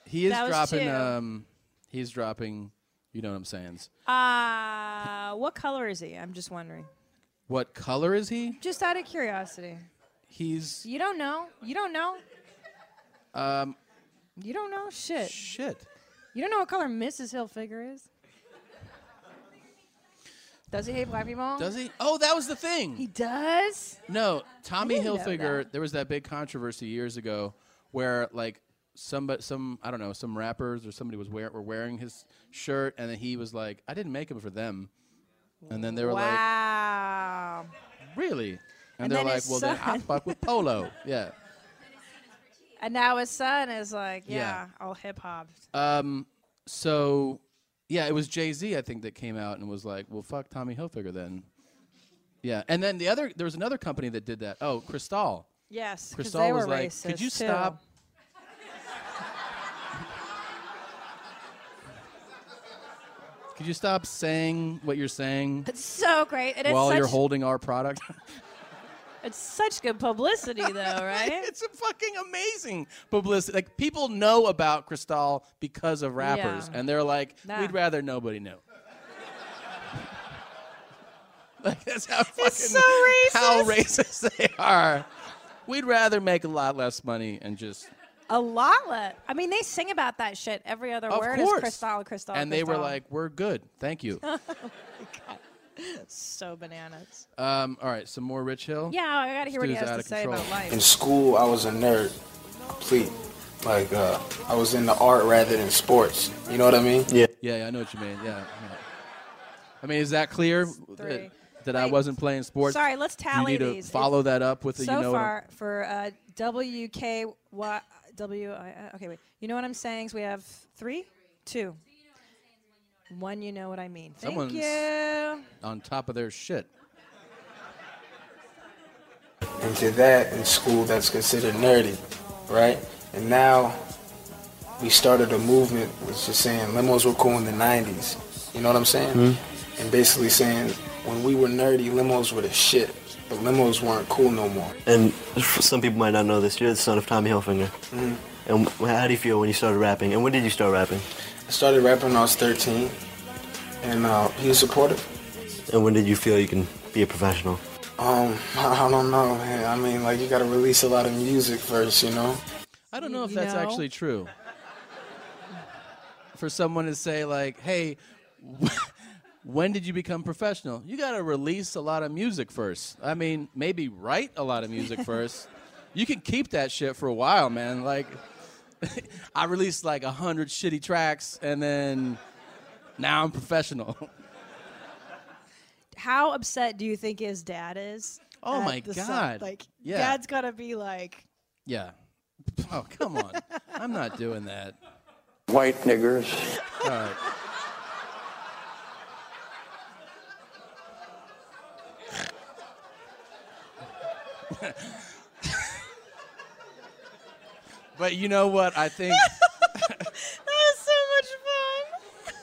S1: he is
S2: That was
S1: dropping.
S2: two.
S1: Um, he's dropping. You know what I'm saying?
S2: Uh, what color is he? I'm just wondering.
S1: What color is he?
S2: Just out of curiosity.
S1: He's
S2: You don't know? You don't know?
S1: um,
S2: You don't know? Shit.
S1: Shit.
S2: You don't know what color Mrs. Hilfiger is? Does he hate black people?
S1: Does he? Oh, that was the thing. He
S2: does?
S1: No, Tommy
S2: didn't know
S1: Hilfiger. There was that big controversy years ago where like some some I don't know some rappers or somebody was wear, were wearing his shirt and then he was like, I didn't make him for them, and then they were
S2: Wow.
S1: like, really? And,
S2: And
S1: they're
S2: then
S1: like,
S2: his
S1: well, then I
S2: son-
S1: fuck with Polo. Yeah.
S2: And now his son is like, yeah,
S1: Yeah.
S2: all hip hop.
S1: Um. So, yeah, it was Jay Z I think that came out and was like, well, fuck Tommy Hilfiger then. Yeah, and then the other there was another company that did that. Oh, Cristal.
S2: Yes, 'cause
S1: Cristal
S2: they
S1: was
S2: were
S1: like,
S2: racist
S1: could you
S2: too."
S1: stop Could you stop saying what you're saying
S2: It's so great. And
S1: while
S2: it's
S1: you're
S2: such,
S1: holding our product?
S2: it's such good publicity, though, right?
S1: it's a fucking amazing Publicity. Like people know about Cristal because of rappers,
S2: Yeah.
S1: and they're like,
S2: Nah.
S1: we'd rather nobody knew. like that's how fucking
S2: so
S1: how
S2: racist.
S1: racist they are. We'd rather make a lot less money and just
S2: A lot. le- I mean, they sing about that shit. Every other
S1: of
S2: word
S1: course.
S2: is crystal, crystal.
S1: and they were like, we're good, thank you.
S2: so bananas.
S1: Um, all right, some more Rich Hill.
S2: Yeah, I gotta hear what he
S1: This
S2: has
S1: dude's out
S2: to
S1: of
S2: say
S1: control.
S2: about life.
S11: in school, I was a nerd, complete. Like uh, I was into art rather than sports. You know what I mean?
S1: Yeah, yeah, I know what you mean. Yeah. yeah. I mean, is that clear?
S2: Three.
S1: that I wasn't playing sports.
S2: Sorry, let's tally
S1: you need
S2: these.
S1: To follow
S2: It's-
S1: that up with a,
S2: so
S1: you know what I'm-
S2: far for uh, WK wa- W I- uh, okay wait you know what I'm saying so we have three two one you know what I mean thank
S1: Someone's-
S2: you
S1: on top of their shit.
S11: and did that in school that's considered nerdy, right? And now we started a movement which is saying limos were cool in the 90s. You know what I'm saying?
S12: Mhm.
S11: And basically saying when we were nerdy, limos were the shit, but limos weren't cool no more.
S10: And f- some people might not know this. You're the son of Tommy Hilfiger.
S11: Mhm.
S10: And wh- how do you feel when you started rapping? And when did you start rapping?
S11: I started rapping when I was 13, and uh, he was supportive.
S10: And when did you feel you can be a professional?
S11: Um, I don't know, man. I mean, like you gotta release a lot of music first, you know.
S1: I don't know if that's actually true. For someone to say like, "Hey, when did you become professional?" You got to release a lot of music first. I mean, maybe write a lot of music first. You can keep that shit for a while, man. Like I released like a hundred shitty tracks, and then now I'm professional.
S2: how upset do you think his dad is
S1: Oh
S2: at
S1: my
S2: the son?
S1: God.
S2: like
S1: Yeah.
S2: dad's gotta be like
S1: yeah. Oh come on, I'm not doing that.
S13: White niggers.
S1: All right. but you know what? I think
S2: that was so much fun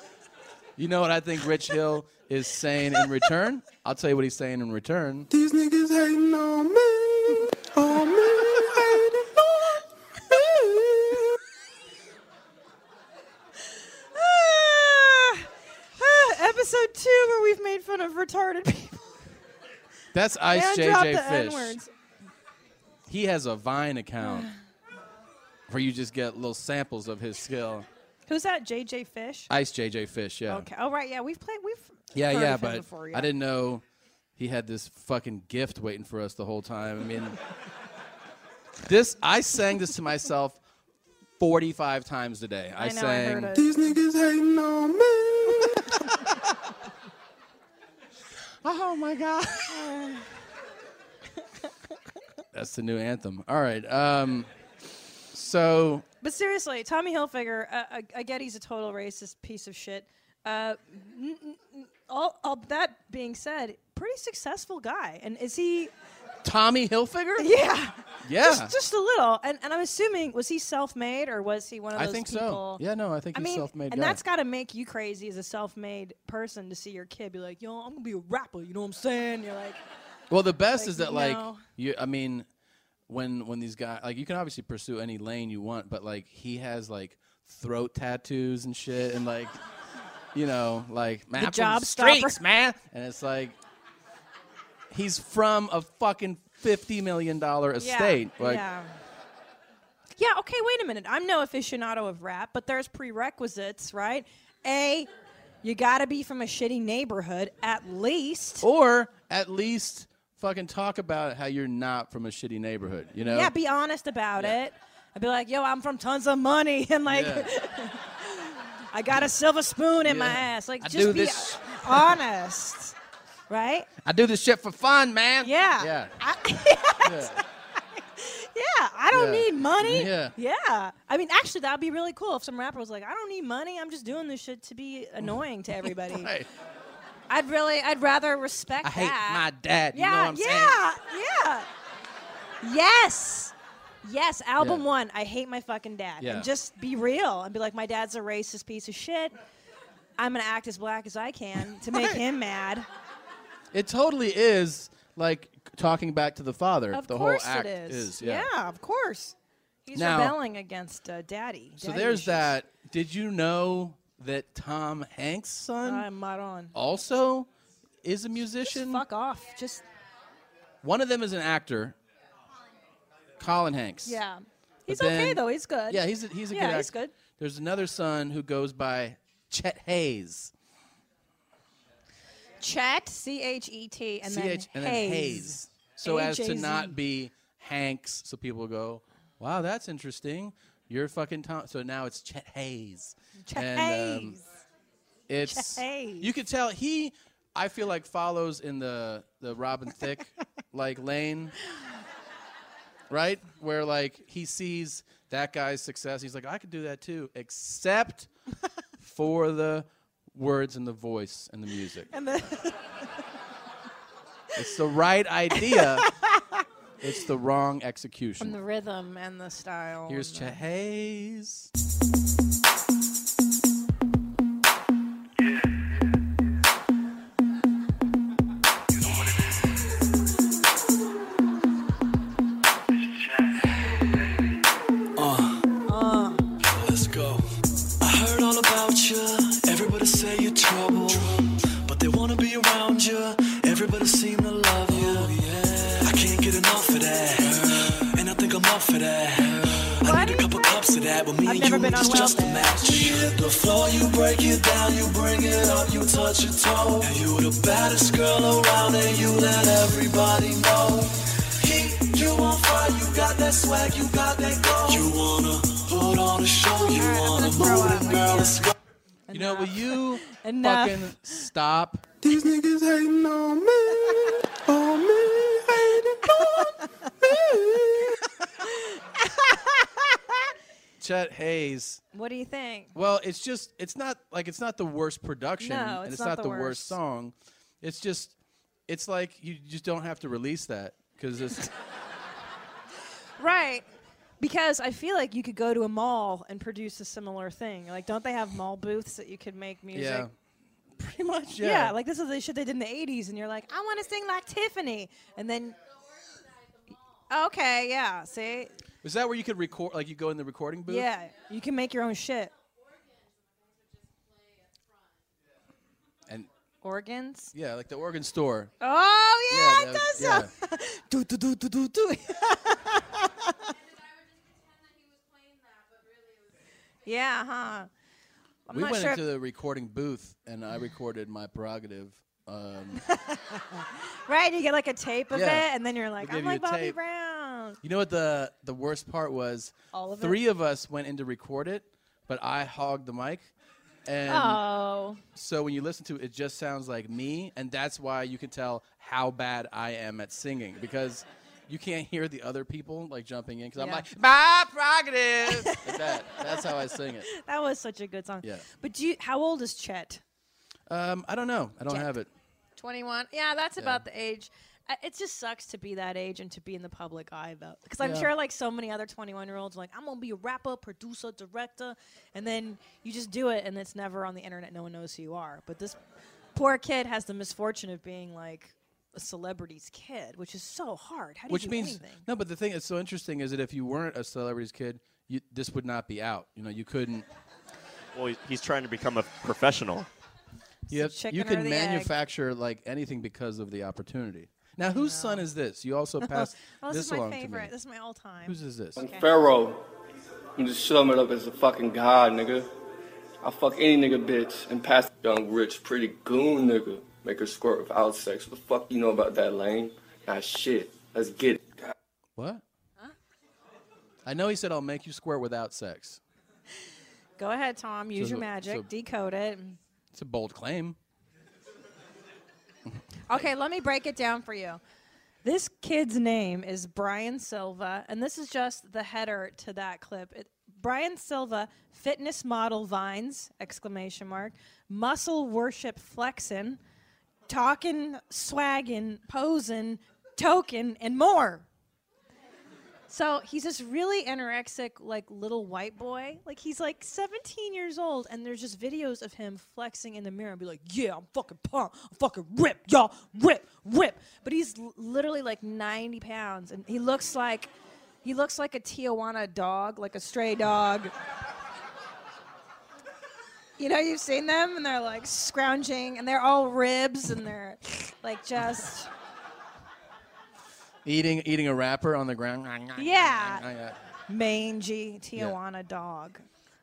S1: you know what I think Rich Hill is saying in return. I'll tell you what he's saying in return.
S12: These niggas hating on me. On me. hating on me.
S2: Ah, ah, episode two where we've made fun of retarded people
S1: That's Ice
S2: and dropped the
S1: JJ Fish.
S2: n-words
S1: He has a Vine account where you just get little samples of his skill.
S2: who's that JJ Fish
S1: Ice JJ Fish, yeah.
S2: Okay. Oh, right. Yeah, we've played. We've.
S1: Yeah,
S2: heard
S1: yeah,
S2: of him
S1: but
S2: before,
S1: I
S2: yeah.
S1: didn't know he had this fucking gift waiting for us the whole time. I mean, this I sang this to myself 45 times today. I,
S12: know, I
S1: sang
S12: heard it. These niggas hating on me.
S1: oh my god. That's the new anthem. All right. Um so
S2: But seriously, Tommy Hilfiger, uh, I, I get he's a total racist piece of shit. Uh, n- n- n- all, all that being said, pretty successful guy. And is he?
S1: Tommy Hilfiger?
S2: Yeah.
S1: Yeah.
S2: Just, just a little. And, and I'm assuming was he self-made or was he one of
S1: I
S2: those
S1: think so.
S2: people?
S1: Yeah, no, I think he's
S2: mean,
S1: self-made
S2: And
S1: guy.
S2: that's got to make you crazy as a self-made person to see your kid be like, "Yo, I'm gonna be a rapper." You know what I'm saying? You're like,
S1: Well, the best is
S2: Like,
S1: that like
S2: no.
S1: you. I mean, when when these guys like you can obviously pursue any lane you want, but like he has like throat tattoos and shit, and like you know like man,
S2: The
S1: I'm from
S2: job
S1: streets,
S2: stopper.
S1: man, and it's like he's from a fucking fifty million dollar estate.
S2: Yeah.
S1: like
S2: yeah. Yeah, okay, wait a minute. I'm no aficionado of rap, but there's prerequisites, right? A, you gotta be from a shitty neighborhood, at least.
S1: Or at least fucking talk about how you're not from a shitty neighborhood. You know?
S2: Yeah, be honest about it. I'd be like, yo, I'm from tons of money, and like, I got a silver spoon in my
S1: Yeah.
S2: ass. Like,
S1: I
S2: just
S1: do
S2: be
S1: this.
S2: honest, right?
S1: I do this shit for fun, man.
S2: Yeah.
S1: Yeah.
S2: Yeah, I don't
S1: Yeah.
S2: need money.
S1: Yeah.
S2: Yeah. I mean, actually, that'd be really cool if some rapper was like, I don't need money. I'm just doing this shit to be annoying to everybody.
S1: Right.
S2: I'd really, I'd rather respect
S1: I hate
S2: that.
S1: my dad.
S2: Yeah,
S1: you know what I'm saying?
S2: yeah, yeah. Yes. Yes, album
S1: Yeah.
S2: one, I hate my fucking dad.
S1: Yeah.
S2: And just be real and be like, my dad's a racist piece of shit. I'm going to act as black as I can to make him mad.
S1: It totally is like talking back to the father.
S2: Of
S1: the
S2: course
S1: whole act
S2: it is.
S1: yeah.
S2: of course. He's
S1: Now-
S2: rebelling against uh, daddy.
S1: So
S2: Daddy
S1: there's
S2: issues.
S1: that. Did you know that Tom Hanks' son
S2: I'm not on.
S1: also is a musician?
S2: Fuck off. Just
S1: One of them is an actor. Colin Hanks.
S2: yeah.
S1: But
S2: He's okay
S1: then-
S2: though. He's good.
S1: Yeah, he's a, he's a
S2: yeah,
S1: good
S2: he's
S1: actor.
S2: good.
S1: There's another son who goes by Chet Hayes.
S2: Chet C H E T and
S1: CH
S2: then
S1: and then Hayes. So as to
S2: H-A-Z.
S1: not be Hanks, so people go, wow, that's interesting. You're fucking Tom. So now it's Chet Hayes.
S2: Chet
S1: And, um,
S2: Hayes.
S1: it's
S2: Chet Hayes.
S1: you could tell he. I feel like follows in the the Robin Thicke like lane, right? Where like he sees that guy's success, he's like, I could do that too, except for the words and the voice and the music.
S12: And then
S1: It's the right idea. it's the wrong execution.
S2: From the rhythm and the style.
S1: Here's Chet Hayes.
S12: Uh. Let's go. I heard all about you. Everybody say you're trouble, but they wanna be around you. Everybody seem to love you. I can't get enough of that, and I think I'm up for that. I need a couple cups of that, but me and you is just a match. We hit the floor, you break it down, you bring it up, you touch your toe. And you the baddest girl around, and you let everybody know. Heat, you on fire, you got that swag, you got that go. You wanna put on a show, you wanna move it, girl, let's go.
S1: You know, will you
S12: Enough.
S1: fucking stop?
S12: These niggas hating on me, on me, hating on
S1: Chet Hayes.
S2: What do you think?
S1: Well, it's just it's not like it's not the worst production
S2: No,
S1: and
S2: it's
S1: it's
S2: not
S1: not,
S2: the
S1: the worst.
S2: worst.
S1: song. It's just it's like you just don't have to release that cuz it's
S2: Right. Because I feel like you could go to a mall and produce a similar thing. Like, don't they have mall booths that you could make music?
S1: yeah.
S2: Pretty much,
S1: yeah.
S2: Like, this is the shit they did in the 80s, and you're like, I want to sing like Tiffany. And then. Okay, yeah, see?
S1: Is that where you could record like you go in the recording booth?
S2: Yeah, you can make your own shit.
S1: And
S2: Organs?
S1: yeah, like the organ store.
S2: Oh, yeah,
S1: Yeah,
S2: it
S1: that-
S2: does
S1: yeah.
S2: sound- do, do, do, do, do, do. yeah, huh? I'm
S1: we
S2: not
S1: went
S2: sure.
S1: into the recording booth and I recorded my prerogative. Um,
S2: if- right, you get like a tape of
S1: Yeah.
S2: it, and then you're like,
S1: They give
S2: I'm like
S1: you a
S2: Bobby
S1: tape.
S2: Brown.
S1: you know what the the worst part was?
S2: All of it?
S1: Three of us went in to record it, but I hogged the mic. And
S2: oh.
S1: So when you listen to it, it just sounds like me, and that's why you can tell how bad I am at singing because you can't hear the other people like jumping in because I'm
S2: Yeah.
S1: like my prerogative like that. That's how I sing it.
S2: That was such a good song.
S1: Yeah.
S2: But do you, how old is Chet?
S1: Um, I don't know. I don't have it.
S2: 21. Yeah, that's
S1: Yeah.
S2: about the age. I- It just sucks to be that age and to be in the public eye, though. Because I'm
S1: Yeah.
S2: sure, like, so many other 21 year olds, like, I'm going to be a rapper, producer, director. And then you just do it, and it's never on the internet. No one knows who you are. But this poor kid has the misfortune of being, like, a celebrity's kid, which is so hard. How do
S1: Which
S2: you do
S1: means
S2: anything?
S1: no. But the thing that's so interesting is that if you weren't a celebrity's kid, you, this would not be out. You know, you couldn't.
S14: Well, he- he's trying to become a professional.
S1: You, have,
S14: chicken
S1: you
S14: or
S1: can
S14: the egg?
S1: manufacture like anything because of the opportunity. Now, whose son is this? You also passed
S2: oh,
S1: this,
S2: this, is my
S1: along
S2: favorite.
S1: to me.
S2: This is my all time.
S1: Whose is this?
S2: Okay.
S15: Pharaoh. I'm just shutting it up as a fucking god, nigga. I fuck any nigga bitch and pass young, rich, pretty goon nigga. Make her squirt without sex. What the fuck you know about that lane? Nah, shit. Let's get it.
S1: What? I know he said I'll make you squirt without sex.
S2: Go ahead, Tom. Use
S1: So-
S2: your magic.
S1: so-
S2: decode it.
S1: It's a bold claim.
S2: Okay, let me break it down for you. This kid's name is Brian Silva, and this is just the header to that clip. It, Brian Silva, fitness model vines! Exclamation mark. Muscle worship flexin', talking, swaggin', posing, token, and more. So he's this really anorexic, like little white boy. Like he's like 17 years old, and there's just videos of him flexing in the mirror and be like, "Yeah, I'm fucking punk, I'm fucking ripped, y'all, rip, rip." But he's l- literally like 90 pounds, and he looks like he looks like a Tijuana dog, like a stray dog. you know, you've seen them, and they're like scrounging, and they're all ribs, and they're like just
S1: Eating eating a wrapper on the ground.
S2: Yeah. mangy Tijuana dog.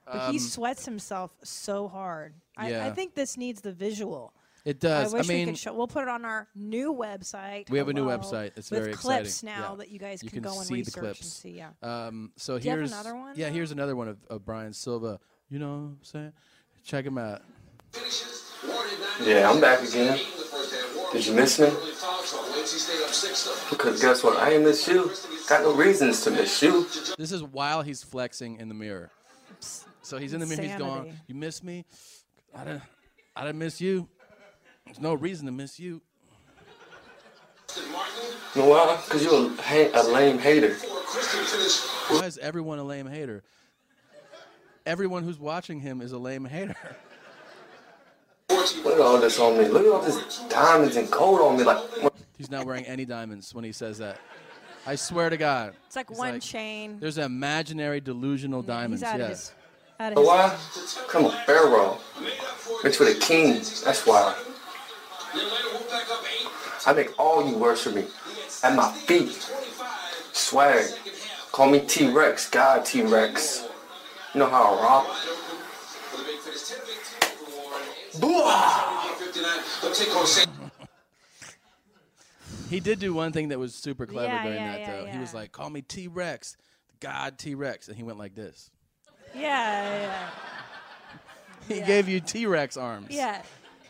S2: But he
S1: Um,
S2: sweats himself so hard. I, I
S1: Yeah.
S2: think this needs the visual.
S1: It does.
S2: I
S1: I
S2: wish we
S1: mean-
S2: could show. We'll put it on our new website.
S1: We have a new
S2: Hello.
S1: website. It's
S2: with
S1: very
S2: clips
S1: exciting.
S2: now
S1: Yeah.
S2: that you guys
S1: you
S2: can,
S1: can
S2: go and
S1: see
S2: research
S1: the clips.
S2: and see. Yeah.
S1: Um, so
S2: Do you have
S1: here's
S2: another one?
S1: yeah here's another one of, of Brian Silva. You know what I'm saying? Check him out.
S12: me.
S15: Yeah, I'm back again. Did you miss me? Because guess what? I ain't miss you. Got no reasons to miss you.
S1: This is while he's flexing in the mirror. So he's in the mirror. He's going,
S16: Insanity.
S1: "You miss me? I didn't. I didn't miss you. There's no reason to miss you."
S15: You know why? Because you're a, ha- a lame hater.
S1: Why is everyone a lame hater? Everyone who's watching him is a lame hater.
S15: Look at all this on me. Look at all this diamonds and gold on me. Like,
S1: He's not wearing any diamonds when he says that. I swear to God.
S2: It's like
S1: He's
S2: one chain.
S1: There's imaginary delusional diamonds.
S2: He's out of
S1: yes.
S2: his. Out of his.
S15: why? Come on, Pharaoh. Mixed with a king. That's why. I make all you worship me. At my feet. Swag. Call me T Rex. God T Rex. You know how I rock?
S1: He did do one thing that was super clever
S2: Yeah,
S1: during
S2: yeah,
S1: that
S2: yeah,
S1: though. He was like, "Call me T Rex, God T Rex," and he went like this.
S2: Yeah,
S1: He gave you T Rex arms.
S2: yeah, yeah.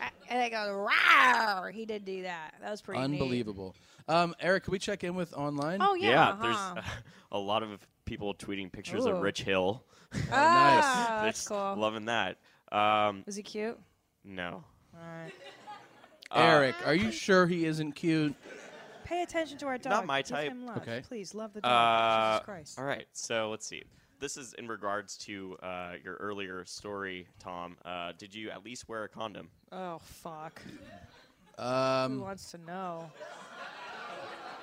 S2: I- And they go, wow. He did do that. That was pretty neat.
S1: Unbelievable. Um, Eric, can we check in with online?
S2: Oh, yeah,
S14: Yeah,
S2: uh-huh.
S14: there's a lot of people tweeting pictures
S2: Ooh.
S14: of Rich Hill.
S2: Ah,
S14: They're
S2: that's
S14: just
S2: cool.
S14: Loving that. Um,
S2: Was he cute?
S14: no.
S2: All right.
S14: Uh,
S1: Eric, are you sure he isn't cute?
S2: Pay attention to our dog.
S14: Not my
S2: Give
S14: type.
S2: him love.
S1: Okay.
S2: Please love the dog.
S14: Uh,
S2: Jesus Christ.
S14: all right, so let's see. This is in regards to uh, your earlier story, Tom. Uh, did you at least wear a condom?
S2: Oh fuck. Who
S1: Um,
S2: wants to know?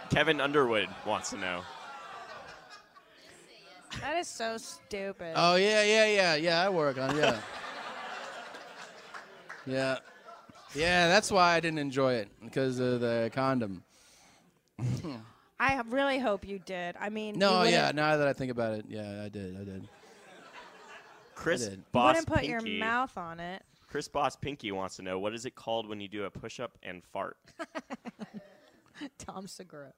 S14: Kevin Underwood wants to know.
S2: That is so stupid.
S1: oh yeah, yeah, yeah, yeah. I work on yeah, yeah, yeah. That's why I didn't enjoy it because of the condom.
S2: I really hope you did. I mean, you
S1: No,
S2: wouldn't-
S1: yeah. Now that I think about it, yeah, I did, I did.
S14: Chris
S1: did. You
S2: You
S14: Boss
S2: wouldn't put
S14: Pinky.
S2: your mouth on it.
S14: Chris Boss Pinky wants to know what is it called when you do a push up and fart?
S2: Tom Segura.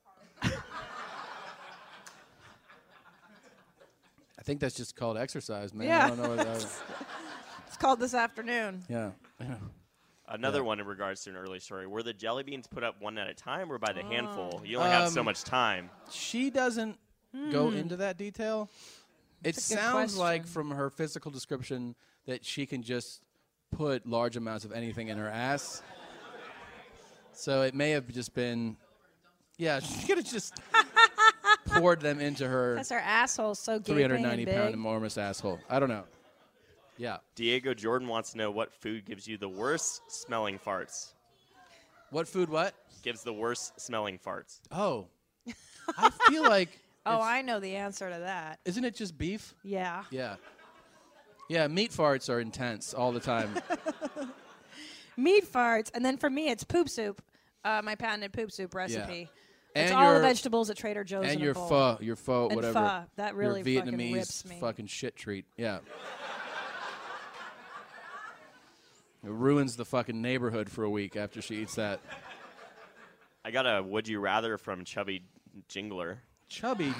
S1: I think that's just called exercise, man. I don't know what that is.
S2: it's called this afternoon.
S1: Yeah.
S14: Another one in regards to an early story. Were the jelly beans put up one at a time or by the handful? You only have so
S1: Um,
S14: much time.
S1: She doesn't go
S14: Hmm.
S1: into that detail. It
S2: That's a good
S1: sounds like
S2: question.
S1: from her physical description that she can just put large amounts of anything in her ass. So it may have just been, yeah, she could have just poured them into her
S2: That's our asshole so gaping and
S1: 390
S2: big.
S1: pound enormous asshole. I don't know. Yeah.
S14: Diego Jordan wants to know what food gives you the worst smelling farts.
S1: What food, what?
S14: Gives the worst smelling farts.
S1: Oh. I feel like,
S2: Oh, I know the answer to that.
S1: isn't it just beef?
S2: Yeah.
S1: Yeah. Yeah, meat farts are intense all the time.
S2: Meat farts, and then for me, it's poop soup. Uh, my patented poop soup recipe. It's
S1: And
S2: all the
S1: your-
S2: vegetables at Trader Joe's. in
S1: and
S2: a
S1: your
S2: bowl.
S1: pho, your pho,
S2: And
S1: whatever.
S2: pho, that really
S1: your
S2: fucking
S1: Vietnamese
S2: rips me.
S1: fucking shit treat. Yeah. It ruins the fucking neighborhood for a week after she eats that.
S14: I got a would you rather from Chubby Jingler.
S1: Chubby.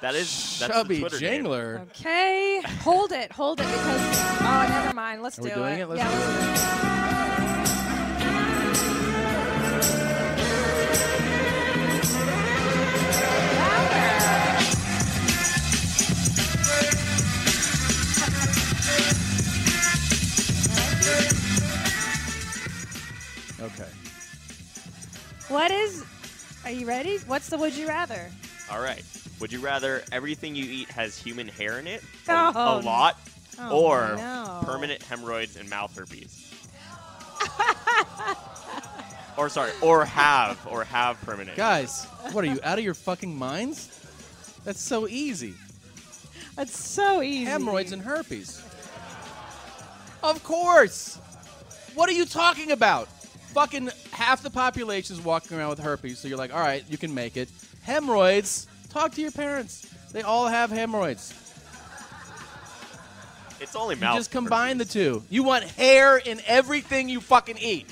S14: That is that's the
S1: Chubby
S14: Twitter
S1: Jingler.
S14: Name.
S2: Okay, hold it, hold it, because oh, never mind. Let's
S1: Are
S2: do
S1: we doing it? Let's
S2: yeah,
S1: do it. Okay.
S2: What is? Are you ready? What's the would you rather?
S14: All right. Would you rather everything you eat has human hair in it?
S2: Oh,
S14: a lot?
S2: no.
S14: or
S2: Oh, no.
S14: permanent hemorrhoids and mouth herpes? or sorry, or have or have permanent.
S1: Guys, what are you out of your fucking minds? That's so easy.
S2: That's so easy.
S1: Hemorrhoids and herpes. Of course. What are you talking about? Fucking half the population is walking around with herpes, so you're like, all right, you can make it. Hemorrhoids. Talk to your parents. They all have hemorrhoids.
S14: It's only
S1: You
S14: mouth.
S1: just combine the two. You want hair in everything you fucking eat.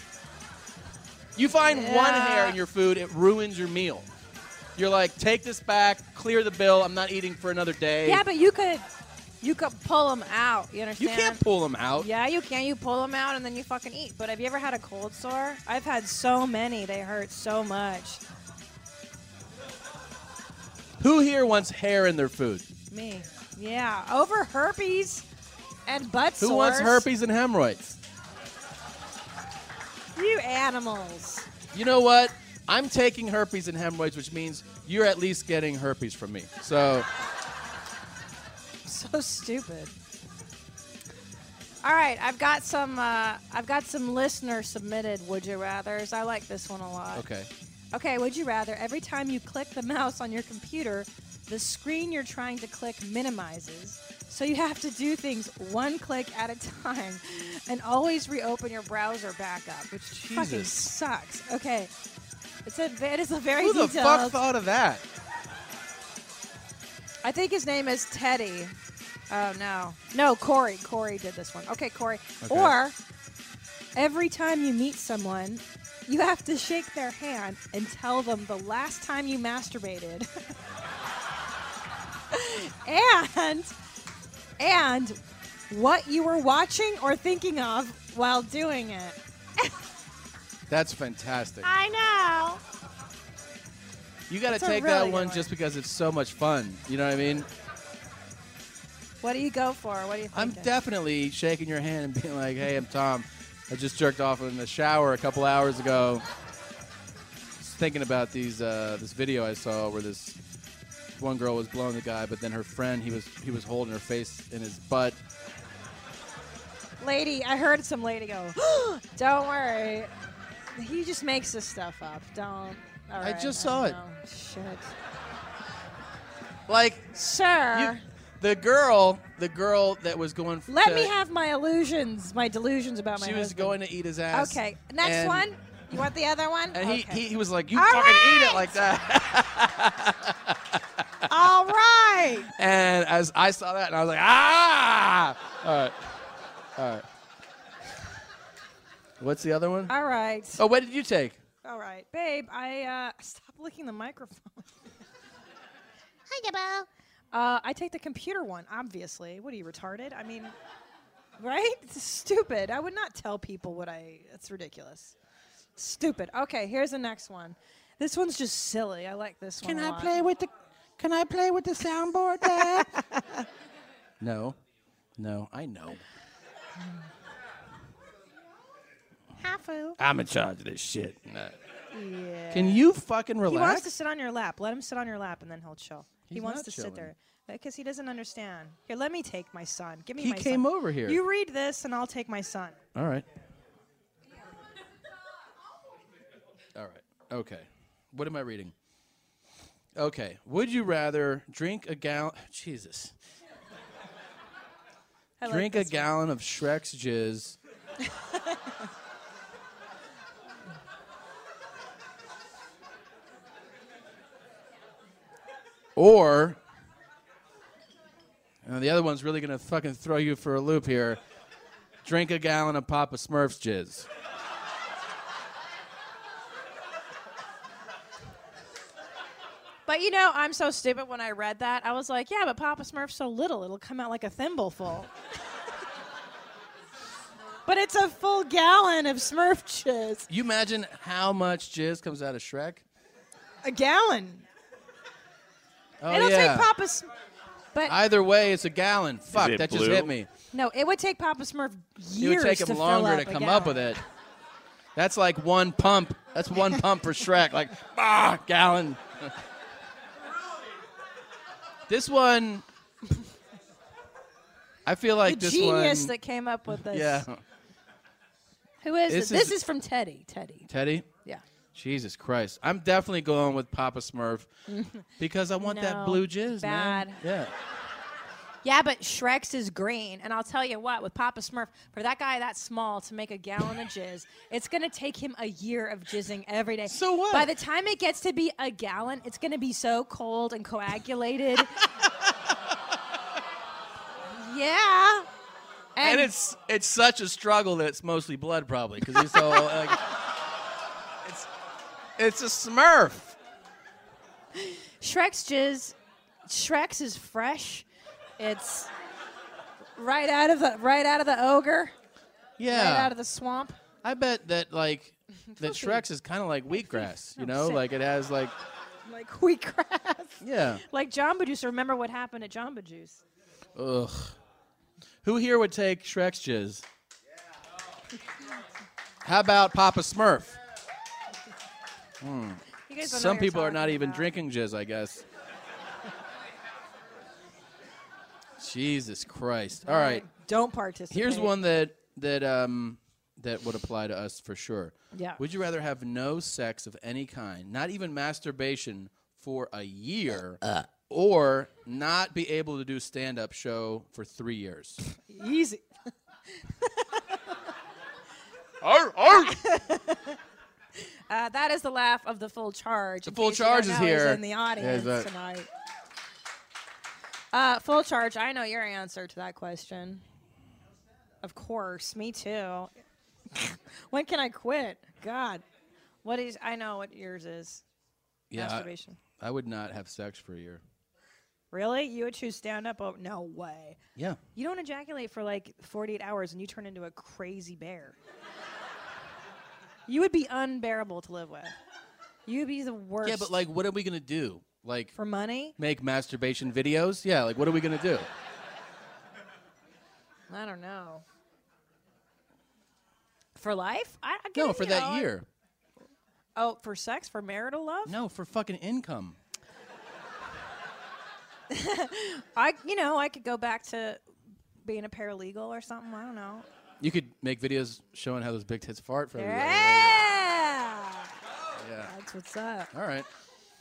S1: You find one
S2: Yeah.
S1: hair in your food, it ruins your meal. You're like, take this back, clear the bill. I'm not eating for another day.
S2: Yeah, but you could You could pull them out. You understand?
S1: can't pull 'em out.
S2: Yeah, you can. You pull them out and then you fucking eat. But have you ever had a cold sore? I've had so many. They hurt so much.
S1: Who here wants hair in their food?
S2: Me. Yeah. Over herpes and butt
S1: Who
S2: sores.
S1: wants herpes and hemorrhoids?
S2: You animals.
S1: You know what? I'm taking herpes and hemorrhoids, which means you're at least getting herpes from me. So
S2: So stupid. All right, I've got some. Uh, I've got some listener submitted. Would you rather's? I like this one a lot.
S1: okay.
S2: Okay, would you rather every time you click the mouse on your computer, the screen you're trying to click minimizes? So you have to do things one click at a time and always reopen your browser backup, which fucking
S1: Jesus.
S2: sucks. Okay. It's a it is a very
S1: Who the fuck
S2: detailed.
S1: thought of that?
S2: I think his name is Teddy. Oh no. No, Corey. Corey did this one. Okay, Corey.
S17: Okay.
S2: Or every time you meet someone, you have to shake their hand and tell them the last time you masturbated. and and what you were watching or thinking of while doing it.
S1: That's fantastic.
S2: I know.
S1: You got to
S2: Ah, That's a
S1: take
S2: really
S1: that
S2: good
S1: one just because it's so much fun. You know what I mean?
S2: What do you go for? What do you think?
S1: I'm definitely shaking your hand and being like, "Hey, I'm Tom. I just jerked off in the shower a couple hours ago. Just thinking about these uh, this video I saw where this one girl was blowing the guy, but then her friend he was he was holding her face in his butt.
S2: Lady, I heard some lady go, don't worry. He just makes this stuff up. Don't. All
S1: I
S2: right,
S1: just saw it.
S2: know. Shit.
S1: Like,
S2: sir,
S1: The girl, the girl that was going. f-
S2: let
S1: to-
S2: me have my illusions, my delusions about my
S1: She was
S2: husband.
S1: going to eat his ass.
S2: Okay, next
S1: and-
S2: one. You want the other one?
S1: And he,
S2: Okay.
S1: he, he was like, "You
S2: All
S1: fucking eat
S2: right.
S1: it like that."
S2: All right.
S1: And as I saw that, and I was like, ah! All right. All right. What's the other one?
S2: All right.
S1: Oh, what did you take?
S2: All right, babe. I uh, stop licking the microphone. Hi, Gibbo. Uh, I take the computer one, obviously. What are you retarded? I mean, right? It's stupid. I would not tell people what I. It's ridiculous. Stupid. Okay, here's the next one. This one's just silly. I like this one.
S17: Can
S2: a
S17: I
S2: lot.
S17: play with the? Can I play with the soundboard, Dad?
S1: No. No, I know.
S2: Hafu.
S1: I'm in charge of this shit. No.
S2: Yeah.
S1: Can you fucking
S2: He wants
S1: relax?
S2: to sit on your lap. Let him sit on your lap, and then he'll chill. he
S1: He's
S2: wants
S1: not
S2: to
S1: chilling.
S2: sit there because he doesn't understand. Here, let me take my son. Give me.
S1: He
S2: my son.
S1: came over here.
S2: You read this, and I'll take my son.
S1: All right. All right. Okay. What am I reading? Okay. Would you rather drink a gallon? Jesus.
S2: I like
S1: drink
S2: this
S1: a
S2: one.
S1: gallon of Shrek's jizz. or and the other one's really gonna fucking throw you for a loop here. Drink a gallon of Papa Smurf's jizz.
S2: But you know, I'm so stupid. When I read that, I was like, "Yeah, but Papa Smurf's so little; it'll come out like a thimbleful." but it's a full gallon of Smurf jizz.
S1: You imagine how much jizz comes out of Shrek?
S2: A gallon.
S1: Oh
S2: It'll
S1: yeah.
S2: take Papa. Smurf. But
S1: Either way, it's a gallon. Fuck,
S14: it
S1: that just
S14: blue?
S1: hit me.
S2: no, it would take Papa Smurf
S1: It would
S2: years
S1: take
S2: to
S1: him
S2: fill
S1: longer
S2: up
S1: to
S2: a
S1: come up
S2: gallon.
S1: with it. That's like one pump. That's one pump for Shrek. Like ah, gallon. this one, I feel like
S2: the
S1: this
S2: genius
S1: one.
S2: that came up with this.
S1: yeah,
S2: Who is
S1: This
S2: this? This
S1: is-
S2: is, from Teddy. Teddy.
S1: Teddy.
S2: Yeah.
S1: Jesus Christ, I'm definitely going with Papa Smurf because I want that
S2: No,
S1: blue jizz, man.
S2: bad.
S1: Yeah.
S2: Yeah, but Shrek's is green, and I'll tell you what, with Papa Smurf, for that guy that small to make a gallon of jizz, it's gonna take him a year of jizzing every day. So what? By the time it gets to be a gallon, it's gonna be so cold and coagulated. yeah.
S1: And, it's it's such a struggle that it's mostly blood, probably, because he's so like, it's it's a Smurf.
S2: Shrek's jizz, Shrek's is fresh. It's Right out of the right out of the ogre.
S1: Yeah.
S2: Right out of the swamp.
S1: I bet that like that Shrek's is kind of like wheatgrass, you know,
S2: shit.
S1: like it has like
S2: Like wheatgrass.
S1: Yeah.
S2: Like Jamba Juice. Remember what happened at Jamba Juice?
S1: ugh. Who here would take Shrek's jizz? How about Papa Smurf? Hmm.
S2: You guys don't know
S1: Some
S2: what you're
S1: people are not
S2: talking
S1: even
S2: about.
S1: drinking jizz, I guess. Jesus Christ! All right.
S2: Don't participate.
S1: Here's one that that um that would apply to us for sure.
S2: Yeah.
S1: Would you rather have no sex of any kind, not even masturbation, for a year, or not be able to do stand up show for three years?
S2: Easy.
S1: Arr, arr!
S2: Uh, that is the laugh of the full charge.
S1: The
S2: in
S1: full
S2: case you don't
S1: charge is
S2: know he's
S1: here.
S2: in the audience
S1: There's a-
S2: tonight. Uh, full charge. I know your answer to that question. Of course, me too. when can I quit? God, what is? I know what yours is.
S1: yeah. I,
S2: Masturbation.
S1: I would not have sex for a year.
S2: Really? You would choose stand up? Oh, no way.
S1: Yeah.
S2: You don't ejaculate for like 48 hours and you turn into a crazy bear. you would be unbearable to live with. You'd be the worst.
S1: Yeah, but like, what are we gonna do? Like,
S2: for money?
S1: make masturbation videos? Yeah. Like, what are we gonna do?
S2: I don't know. For life? I, I
S1: No,
S2: guess,
S1: for
S2: you know,
S1: that
S2: I-
S1: year.
S2: Oh, for sex? For marital love?
S1: No, for fucking income.
S2: I, you know, I could go back to being a paralegal or something. I don't know.
S1: You could make videos showing how those big tits fart for everybody.
S2: Yeah.
S1: Yeah.
S2: That's what's up.
S1: All right.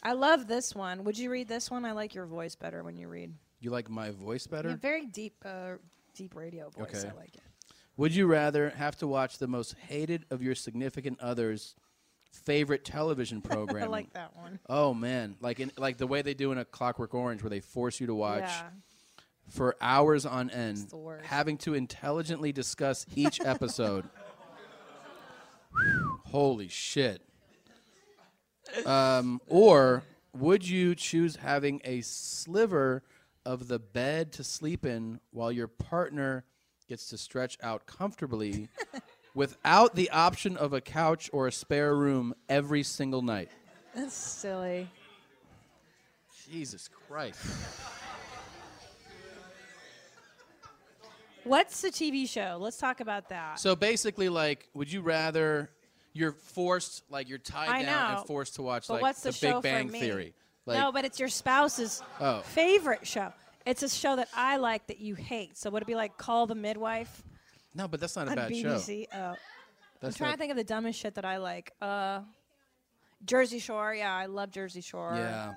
S2: I love this one. Would you read this one? I like your voice better when you read.
S1: You like my voice better?
S2: You have very deep, uh, deep radio voice.
S1: Okay.
S2: I like it.
S1: Would you rather have to watch the most hated of your significant other's favorite television program?
S2: I like that one.
S1: Oh man, like in like the way they do in a Clockwork Orange, where they force you to watch
S2: Yeah.
S1: for hours on end,
S2: the worst.
S1: having to intelligently discuss each episode. Holy shit! Um, or would you choose having a sliver of the bed to sleep in while your partner gets to stretch out comfortably? Without the option of a couch or a spare room every single night.
S2: That's silly.
S1: Jesus Christ.
S2: What's the TV show? Let's talk about that.
S1: So basically, like, would you rather you're forced, like, you're tied
S2: I
S1: down
S2: know.
S1: and forced to watch,
S2: but
S1: like,
S2: what's the, show
S1: Big Bang
S2: for me?
S1: Theory? Like,
S2: no, but it's your spouse's
S1: Oh.
S2: favorite show. It's a show that I like that you hate. So would it be like Call the Midwife
S1: no, but that's not a
S2: on
S1: bad show.
S2: BBC? Oh. I'm
S1: That's
S2: trying
S1: not-
S2: to think of the dumbest shit that I like. Uh, Jersey Shore. Yeah, I love Jersey Shore.
S1: Yeah.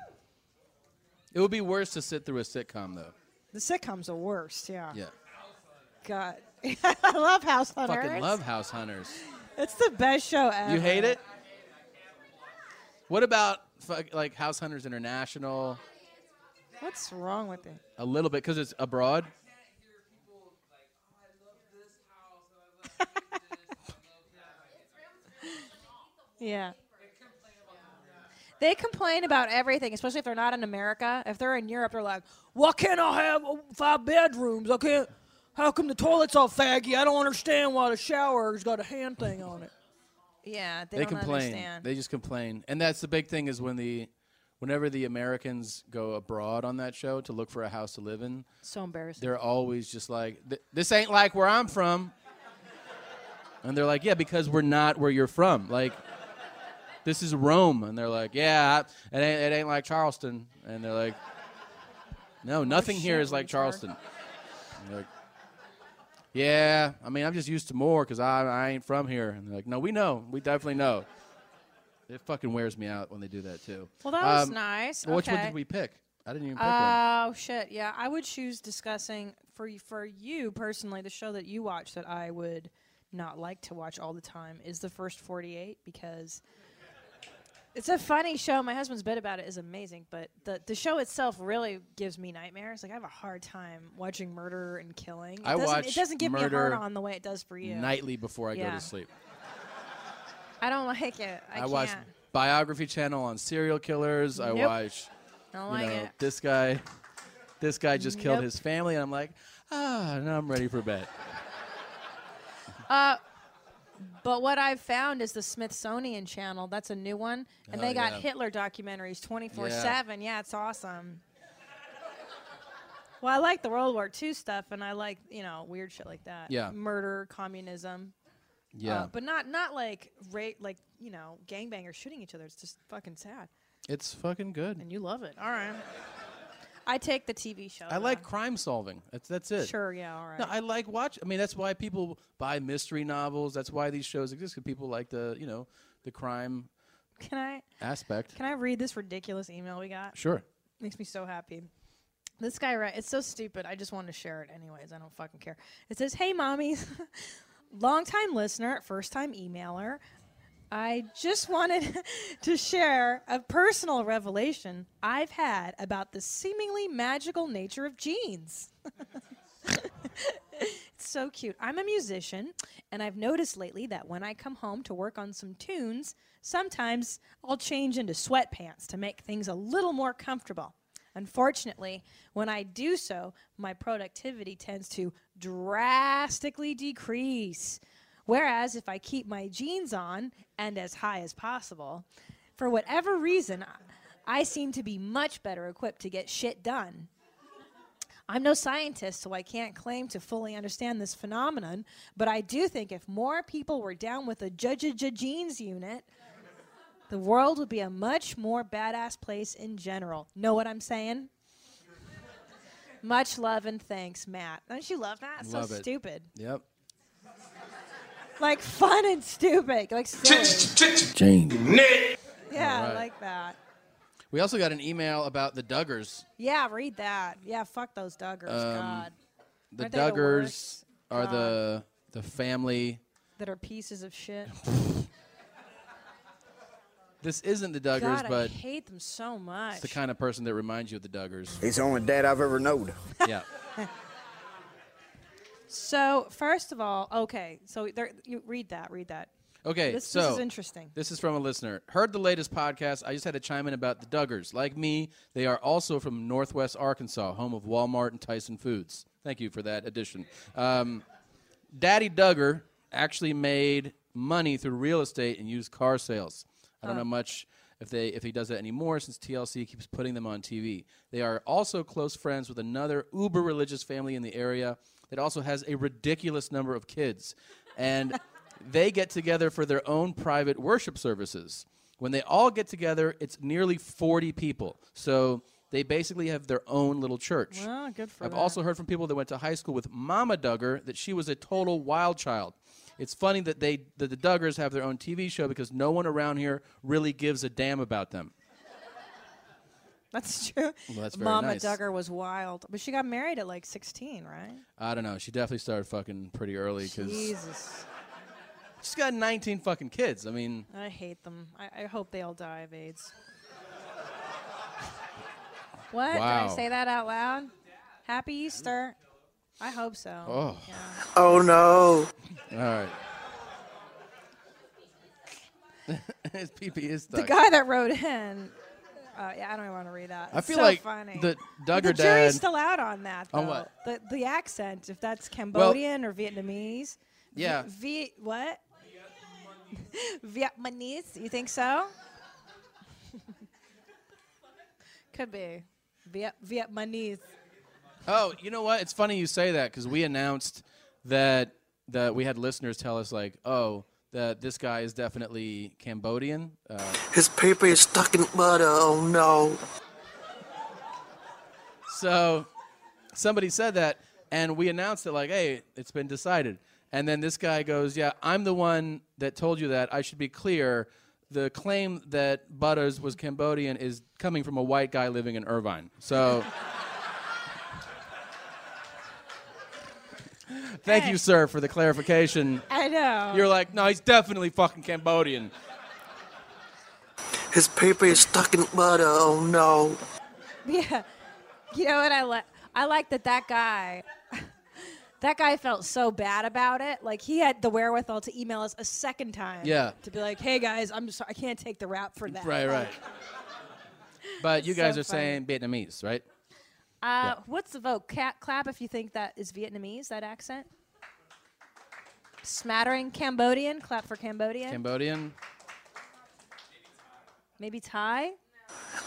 S1: It would be worse to sit through a sitcom, though.
S2: The sitcoms the worst. Yeah.
S1: Yeah.
S2: God. I love House on
S1: Fucking
S2: Earth. Uh,
S1: love House Hunters.
S2: It's the best show ever.
S1: You hate it? What about, fuck, like, House Hunters International?
S2: What's wrong with it?
S1: A little bit, because it's abroad.
S2: Yeah. They complain about everything, especially if they're not in America. If they're in Europe, they're like, "Why can't I have uh, five bedrooms? I can't. How come the toilet's all faggy? I don't understand why the shower's got a hand thing on it." Yeah, they, don't
S1: complain.
S2: understand.
S1: They just complain, and that's the big thing is when the, whenever the Americans go abroad on that show to look for a house to live in,
S2: so embarrassing.
S1: they're always just like, "Th- "This ain't like where I'm from," and they're like, "Yeah, because we're not where you're from. Like, this is Rome," and they're like, "Yeah, I- it ain't, it ain't like Charleston," and they're like, "No, nothing here
S5: shit,
S1: is like
S5: retard."
S1: Charleston." And they're like, yeah, I mean, I'm just used to more because I, I ain't from here. And they're like, no, we know. We definitely know. It fucking wears me out when they do that, too. Um,
S2: Well, that was nice.
S1: Which one
S2: Okay.
S1: did we pick? I didn't even pick one.
S2: Oh shit! Yeah, I would choose discussing for y- for you personally the show that you watch that I would not like to watch all the time is the first forty eight because it's a funny show. My husband's bit about it is amazing, but the the show itself really gives me nightmares. Like I have a hard time watching murder and killing. It
S1: I
S2: doesn't,
S1: watch
S2: it doesn't give me a hard
S1: murder
S2: on the way it does for you
S1: Nightly before I go
S2: Yeah.
S1: to sleep.
S2: I don't like it. I,
S1: I,
S2: can't.
S1: watch Biography Channel on serial killers. I
S2: Nope.
S1: watch,
S2: Don't
S1: you
S2: like
S1: know,
S2: it.
S1: this guy. This guy just killed
S16: Yep.
S1: his family, and I'm like, ah, now I'm ready for bed.
S2: Uh, but what I've found is the Smithsonian Channel. That's a new one, and
S1: Oh,
S2: they got
S1: yeah.
S2: Hitler documentaries twenty four seven. Yeah, it's awesome. Well, I like the World War II stuff, and I like you know weird shit like that.
S1: Yeah.
S2: murder, communism.
S1: Yeah.
S2: Uh, but not not like rape, like you know gangbangers shooting each other. It's just fucking sad,
S1: It's fucking good.
S2: and you love it. All right. I take the TV show.
S1: I like crime solving. That's that's it.
S2: Sure, yeah, all
S1: No,
S2: right.
S1: I like watch. I mean, that's why people buy mystery novels. That's why these shows exist because people like the you know the crime
S2: Can I?
S1: aspect.
S2: Can I read this ridiculous email we got?
S1: Sure.
S2: Makes me so happy. This guy, right? It's so stupid. I just wanted to share it anyways. I don't fucking care. It says, Hey, mommies. Long time listener, first time emailer. I just wanted to share a personal revelation I've had about the seemingly magical nature of genes. It's so cute. I'm a musician, and I've noticed lately that when I come home to work on some tunes, sometimes I'll change into sweatpants to make things a little more comfortable. Unfortunately, when I do so, my productivity tends to drastically decrease. Whereas if I keep my jeans on and as high as possible, for whatever reason, I- I seem to be much better equipped to get shit done. I'm no scientist, so I can't claim to fully understand this phenomenon, but I do think if more people were down with a judge-a-jeans unit, the world would be a much more badass place in general. Know what I'm saying? Much love and thanks, Matt. Don't you love that? It's
S1: Love
S2: so
S1: it.
S2: stupid.
S1: Yep.
S2: Like fun and stupid. Like silly.
S1: Jane.
S2: Yeah,
S1: All
S2: I
S1: right.
S2: like that.
S1: We also got an email about the Duggars.
S2: Yeah, read that. Yeah, fuck those Duggars.
S1: Um,
S2: God.
S1: The
S2: Aren't they the
S1: Duggars
S2: worst?
S1: are the the family.
S2: That are pieces of shit.
S1: This isn't the Duggars,
S2: God, I
S1: but
S2: hate them so
S1: it's
S2: much.
S1: the kind of person that reminds you of the Duggars.
S18: He's the only dad I've ever known.
S1: yeah.
S2: So first of all, okay. So there, you read that. Read that.
S1: Okay,
S2: This,
S1: so
S2: this is interesting.
S1: This is from a listener. Heard the latest podcast. I just had to chime in about the Duggars. Like me, they are also from Northwest Arkansas, home of Walmart and Tyson Foods. Thank you for that addition. Um, Daddy Duggar actually made money through real estate and used car sales. I don't
S2: Oh.
S5: Huh.
S1: know much if they if he does that anymore since TLC keeps putting them on TV. They are also close friends with another uber religious family in the area that also has a ridiculous number of kids. And they get together for their own private worship services. When they all get together, it's nearly 40 people. So they basically have their own little church.
S2: Well, good for
S1: I've
S2: that.
S1: also heard from people that went to high school with Mama Duggar that she was a total wild child. It's funny that they that the Duggars have their own TV show because no one around here really gives a damn about them.
S2: That's true.
S1: Well, that's very
S2: Mama
S1: nice.
S2: Duggar was wild, but she got married at like 16, right?
S1: I don't know. She definitely started fucking pretty early because
S2: Jesus,
S1: she's got 19 fucking kids. I mean,
S2: I hate them. I, I hope they all die of AIDS. what? Did I
S1: Wow.
S2: say that out loud? Happy Easter. I hope so.
S1: oh,
S18: Oh no.
S1: all right. His PP is
S2: The
S1: stuck.
S2: guy that wrote in. Uh, yeah, I don't even want to read that.
S1: I
S2: It's
S1: feel
S2: so
S1: like
S2: funny.
S1: the
S2: But
S1: Duggar
S2: the jury's
S1: dad-
S2: still out on that. Though.
S1: On what?
S2: The the accent, if that's Cambodian or Vietnamese. Vi-
S1: Yeah.
S2: Vi- what? Vietnamese? You think so? Could be. Viet- Vietnamese.
S1: Oh, you know what? It's funny you say that because we announced that that we had listeners tell us like, oh, that this guy is definitely Cambodian. Uh,
S18: His paper is stuck in butter. Oh no.
S1: so somebody said that, and we announced it like, hey, it's been decided. And then this guy goes, yeah, I'm the one that told you that. I should be clear. The claim that Butters was Cambodian is coming from a white guy living in Irvine. So. Thank you, sir, for the clarification.
S2: I know.
S1: You're like, no, he's definitely fucking Cambodian.
S18: His paper is stuck in butter. Oh no.
S2: Yeah. You know what I like? I like that that guy. That guy felt so bad about it. Like he had the wherewithal to email us a second time.
S1: Yeah.
S2: To be like, "Hey guys, I'm sorry, I can't take the rap for that."
S1: Right,
S2: Like,
S1: right. But you
S2: It's so
S1: guys are
S2: funny.
S1: saying Vietnamese, right?
S2: Uh, What's the vote? Ca clap if you think that is Vietnamese, that accent. Smattering Cambodian. Clap for Cambodian.
S1: Cambodian.
S2: Maybe Thai.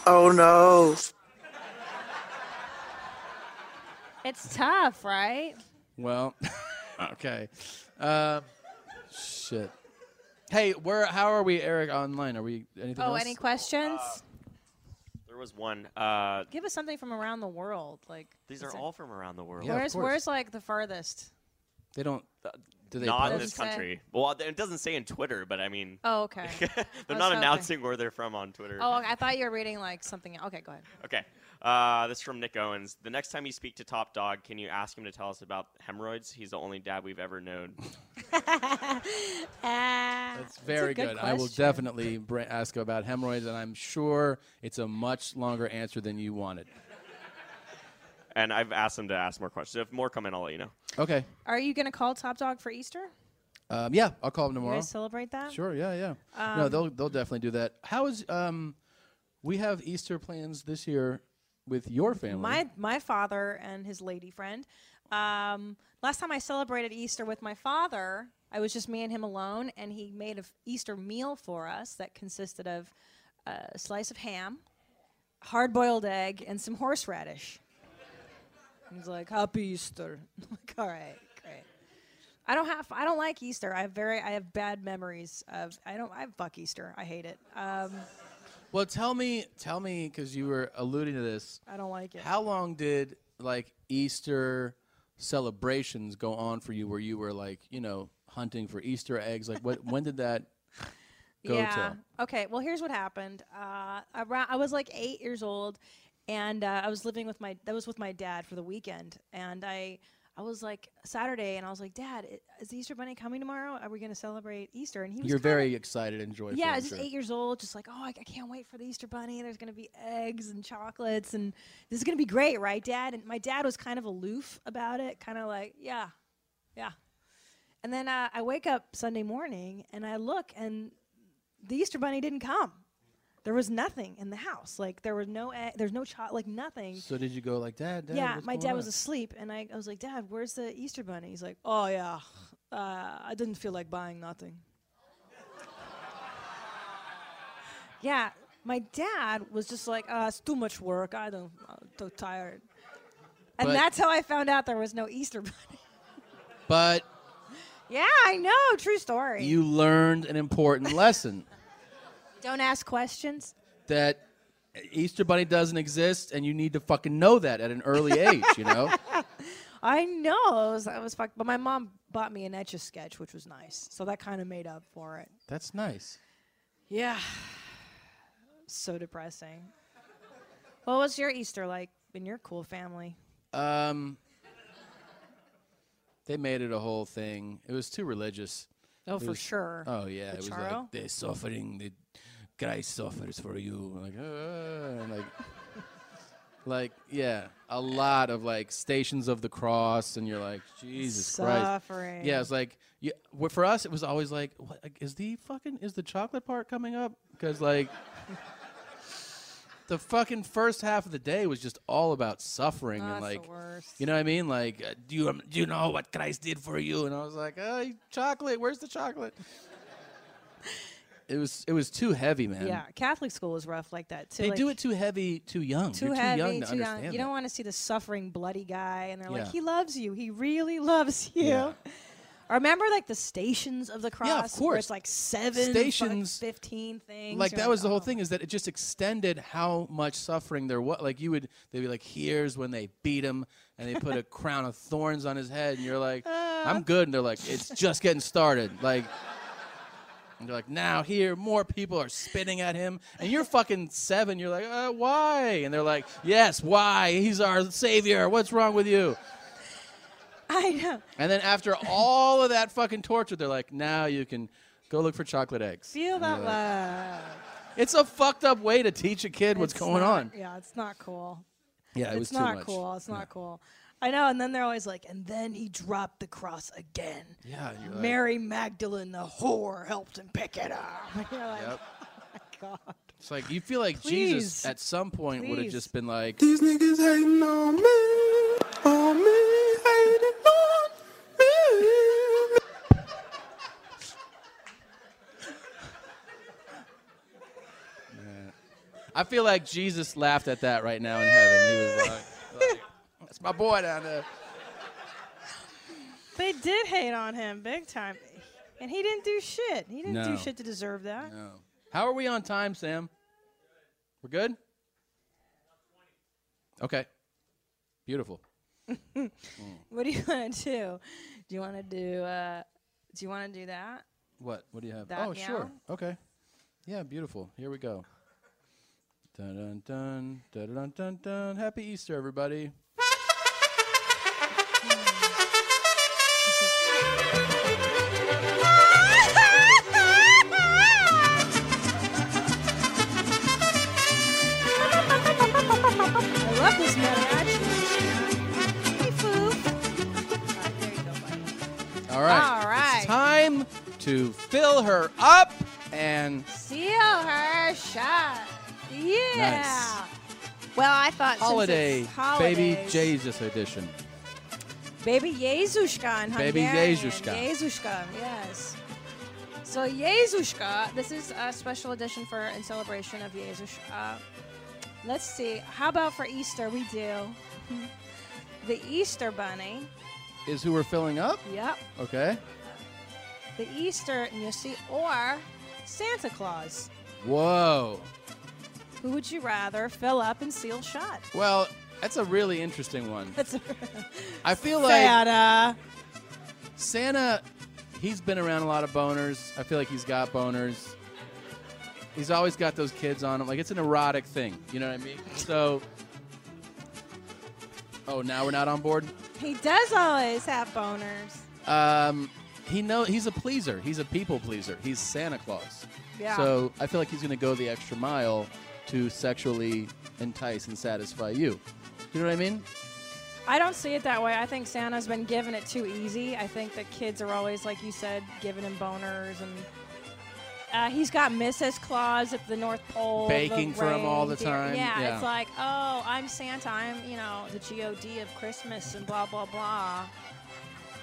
S18: Oh no.
S2: It's tough, right?
S1: Well, okay. Uh, shit. Hey, where? How are we, Eric? Online? Are we anything?
S2: oh,
S1: else?
S2: any questions?
S14: There was one. Uh,
S2: Give us something from around the world. Like
S14: these
S2: is
S14: are
S2: there-
S14: all from around the world.
S2: where's where's like the farthest?
S1: They don't. Do they
S14: not in
S1: post?
S14: this
S2: Doesn't say.
S14: country. Well, it doesn't say in Twitter, but I mean.
S2: Oh, okay. I
S14: they're
S2: was
S14: not
S2: hoping.
S14: announcing where they're from on Twitter.
S2: Oh, I thought you were reading like something. Okay, go ahead.
S14: Okay. Uh, this is from Nick Owens. The next time you speak to Top Dog, can you ask him to tell us about hemorrhoids? He's the only dad we've ever known.
S2: That's
S1: Very good. I will definitely bra- ask about hemorrhoids, and I'm sure it's a much longer answer than you wanted.
S14: And I've asked him to ask more questions. If more come in, I'll let you know.
S1: Okay.
S2: Are you gonna call Top Dog for Easter?
S1: Um, yeah, I'll call him
S2: You
S1: tomorrow.
S2: guys celebrate that?
S1: Sure. Yeah. Yeah. no,
S2: Um,
S1: they'll they'll definitely do that. How is um, we have Easter plans this year with your family?
S2: My my father and his lady friend. Um, last time I celebrated Easter with my father, I was just me and him alone, and he made an Easter meal for us that consisted of a slice of ham, hard-boiled egg, and some horseradish. He's like, "Happy Easter." I'm like, all right, great. I don't have. I don't like Easter. I have very. I have bad memories of. I don't. I fuck Easter. I hate it. Um,
S1: well, tell me, tell me, because you were alluding to this.
S2: I don't like it.
S1: How long did like Easter celebrations go on for you, where you were like, you know, hunting for Easter eggs? Like, what? when did that go
S2: yeah.
S1: to?
S2: Okay. Well, here's what happened. Uh, around, I was like eight years old, and uh, I was living with my that was with my dad for the weekend, and I I was like Saturday, and I was like, Dad, i- is the Easter Bunny coming tomorrow? Are we going to celebrate Easter? And he was
S1: You're
S2: kinda-
S1: very excited and joyful.
S2: yeah, I
S1: I'm
S2: was just
S1: sure.
S2: eight years old, just like, oh, I, I can't wait for the Easter Bunny. There's going to be eggs and chocolates, and this is going to be great, right, Dad? And my dad was kind of aloof about it, kind of like, yeah, yeah. And then uh, I wake up Sunday morning and I look, and the Easter Bunny didn't come. There was nothing in the house. Like there was no, egg, there's no chocolate, like nothing.
S1: So did you go like, Dad? Dad
S2: yeah,
S1: what's
S2: my
S1: going
S2: dad
S1: on?"
S2: was asleep, and I, I was like, Dad, where's the Easter Bunny? He's like, Oh yeah, uh, I didn't feel like buying nothing. Yeah, my dad was just like, uh, it's too much work. I don't, I'm too tired. And
S1: But-
S2: that's how I found out there was no Easter bunny.
S1: But
S2: yeah, I know. True story.
S1: you learned an important lesson
S2: don't ask questions.
S1: that Easter Bunny doesn't exist, and you need to fucking know that at an early age. You know.
S2: I know. I was, I was fucked. But my mom bought me an etch a sketch, which was nice. So that kind of made up for it.
S1: That's nice.
S2: Yeah. So depressing. What was your Easter like in your cool family?
S1: Um, they made it a whole thing. It was too religious.
S2: Oh,
S1: It
S2: for
S1: was-
S2: sure.
S1: Oh yeah,
S2: The
S1: it was
S2: charo?
S1: like they're suffering. The Christ suffers for you. Like, uh, and like, like yeah, a lot of like stations of the cross, and you're like, Jesus
S2: Suffering.
S1: Christ. Yeah, it's like yeah. wh- For us, it was always like, what, like, is the fucking is the chocolate part coming up? Because like. The fucking first half of the day was just all about suffering and
S2: Oh, That's the
S1: like you know what I mean? Like, uh, do you um, do you know what Christ did for you? And I was like, oh, chocolate. Where's the chocolate? it was it was too heavy, man.
S2: Yeah, Catholic school is rough like that too.
S1: they
S2: like,
S1: do it too heavy, too young.
S2: too
S1: You're
S2: heavy,
S1: too young to understand.
S2: You don't want to see the suffering, bloody guy, and they're like,
S1: Yeah.
S2: "He loves you. He really loves you."
S1: Yeah.
S2: I remember like the stations of the cross.
S1: of
S2: Where
S1: course.
S2: it's like seven fuck,
S1: Stations-
S2: fifteen things.
S1: Like
S2: You're "Oh."
S1: that was the whole thing is that it just extended how much suffering there was. Like you would, they'd be like, "Here's when they beat him, and they put a crown of thorns on his head," and you're
S2: Uh.
S1: like, "I'm good," and they're like, "It's just getting started." Like, and they're like, "Now here, more people are spitting at him," and you're fucking seven. You're like, uh, "Why?" And they're like, "Yes, why? He's our savior. What's wrong with you?"
S2: I know.
S1: And then after all of that fucking torture, they're like, "Now you can go look for chocolate eggs."
S2: Feel
S1: And
S2: that
S1: you're like,
S2: love.
S1: it's a fucked up way to teach a kid what's
S2: It's
S1: going
S2: not-
S1: on.
S2: Yeah, it's not cool.
S1: Yeah, it
S2: it's
S1: was too
S2: not
S1: much.
S2: cool. It's not cool. I know. And then they're always like, and then he dropped the cross again.
S1: Yeah, and you're like-
S2: Mary Magdalene, the whore, helped him pick it up. You're like, "Oh
S1: Yep.
S2: God.
S1: It's like you feel like Jesus
S11: Please.
S1: at some point would have
S11: Please.
S1: just been like,
S11: These niggas hating on me, on me, hating on me.
S1: I feel like Jesus laughed at that right now in heaven. He was like, like, that's my boy down there.
S2: They did hate on him big time, and he didn't do shit. He didn't
S1: No.
S2: do shit to deserve that.
S1: No. How are we on time, Sam? We're good? Okay. Beautiful.
S2: What do you want to do? Do you want to do? Uh, do you want to do that?
S1: What? What do you have?
S2: That
S1: oh,
S2: meow?
S1: sure. Okay. Yeah, beautiful. Here we go. Dun dun dun dun dun dun dun. Happy Easter, everybody.
S2: I love this mariachi. Hey, Foo.
S1: All right.
S2: All right.
S1: It's time to fill her up and
S2: Seal her shot. Yeah. Well, I thought since
S1: holiday,
S2: it's
S1: baby
S2: holidays-
S1: Jesus edition.
S2: Baby Jezushka in
S1: Baby
S2: Hungarian.
S1: Jézuska.
S2: Jézuska, yes. So Jezushka, this is a special edition for in celebration of Jezushka. Let's see. How about for Easter we do the Easter bunny.
S1: Is who we're filling up?
S2: Yep.
S1: Okay.
S2: The Easter and you see or Santa Claus.
S1: Whoa.
S2: Who would you rather fill up and seal shut?
S1: Well, that's a really interesting one.
S2: That's
S1: I feel like
S2: Santa.
S1: Santa, he's been around a lot of boners. I feel like he's got boners. He's always got those kids on him. Like it's an erotic thing. You know what I mean? So. Oh, now we're not on board.
S2: He does always have boners.
S1: Um, he know he's a pleaser. He's a people pleaser. He's Santa Claus.
S2: Yeah.
S1: So I feel like he's going to go the extra mile to sexually entice and satisfy you. You know what I mean?
S2: I don't see it that way. I think Santa's been giving it too easy. I think the kids are always, like you said, giving him boners, and uh, he's got Mrs. Claus at the North Pole, the
S1: Baking for him all the
S2: reindeer.
S1: time.
S2: Yeah,
S1: Yeah.
S2: it's like, oh, I'm Santa. I'm, you know, the God of Christmas, and blah blah blah.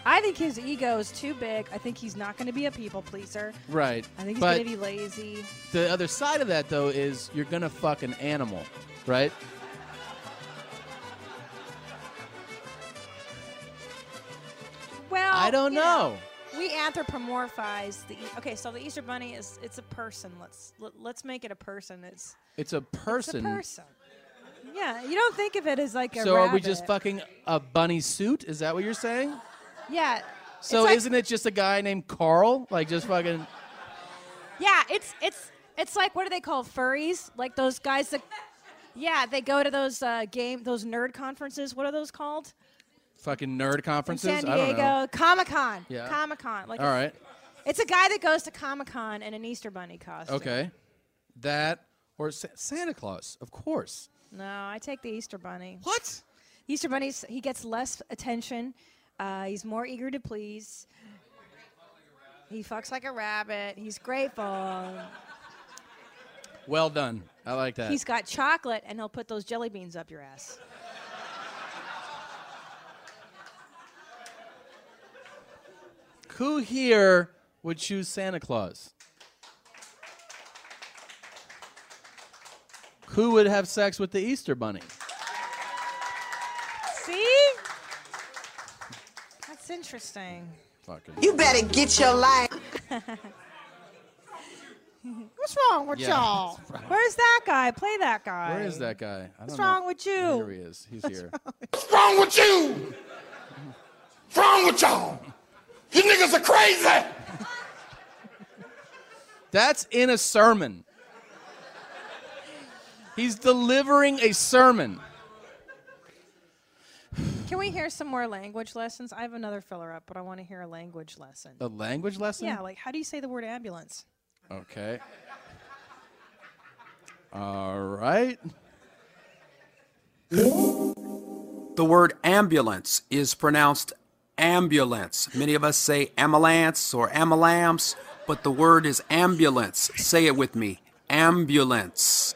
S2: I think his ego is too big. I think he's not going to be a people pleaser.
S1: Right.
S2: I think he's
S1: but
S2: going to be lazy.
S1: the other side of that though is you're going to fuck an animal, right?
S2: Well,
S1: I don't
S2: you
S1: know.
S2: We anthropomorphize the. e- Okay, so the Easter Bunny is it's a person. Let's let, let's make it a person. It's
S1: It's a person.
S2: It's a person. Yeah, you don't think of it as like a.
S1: So are we just
S2: rabbit.
S1: fucking a bunny suit? Is that what you're saying?
S2: Yeah.
S1: So
S2: it's like-
S1: isn't it just a guy named Carl? Like just fucking
S2: Yeah, it's it's it's like what do they call furries? Like those guys that. Yeah, they go to those uh, game those nerd conferences. What are those called?
S1: fucking nerd conferences?
S2: In San
S1: I don't know.
S2: Diego, Comic Con.
S1: Yeah.
S2: Comic Con. Like
S1: All
S2: a-
S1: right.
S2: It's a guy that goes to Comic Con in an Easter Bunny costume.
S1: Okay. That or Sa- Santa Claus, of course.
S2: No, I take the Easter Bunny.
S1: What?
S2: Easter Bunny's he gets less attention. Uh, he's more eager to please. He fucks like a rabbit. He's grateful.
S1: Well done. I like that.
S2: He's got chocolate, and he'll put those jelly beans up your ass.
S1: Who here would choose Santa Claus? Who would have sex with the Easter Bunny?
S2: See? That's interesting.
S1: Fucking.
S19: You better get your life.
S2: What's wrong with
S1: Yeah,
S2: y'all?
S1: that's right.
S2: Where's that guy? Play that guy.
S1: Where is that guy? I don't
S2: What's
S1: know.
S2: wrong with you?
S1: Here he is. He's here.
S4: What's wrong with you? What's wrong with y'all? You niggas are crazy.
S1: That's in a sermon. He's delivering a sermon.
S2: Can we hear some more language lessons? I have another filler up, but I want to hear a language lesson.
S1: A language lesson?
S2: Yeah, like how do you say the word ambulance?
S1: Okay. All right.
S20: The word ambulance is pronounced ambulance. Many of us say ambulance or amalams, but the word is ambulance. Say it with me ambulance.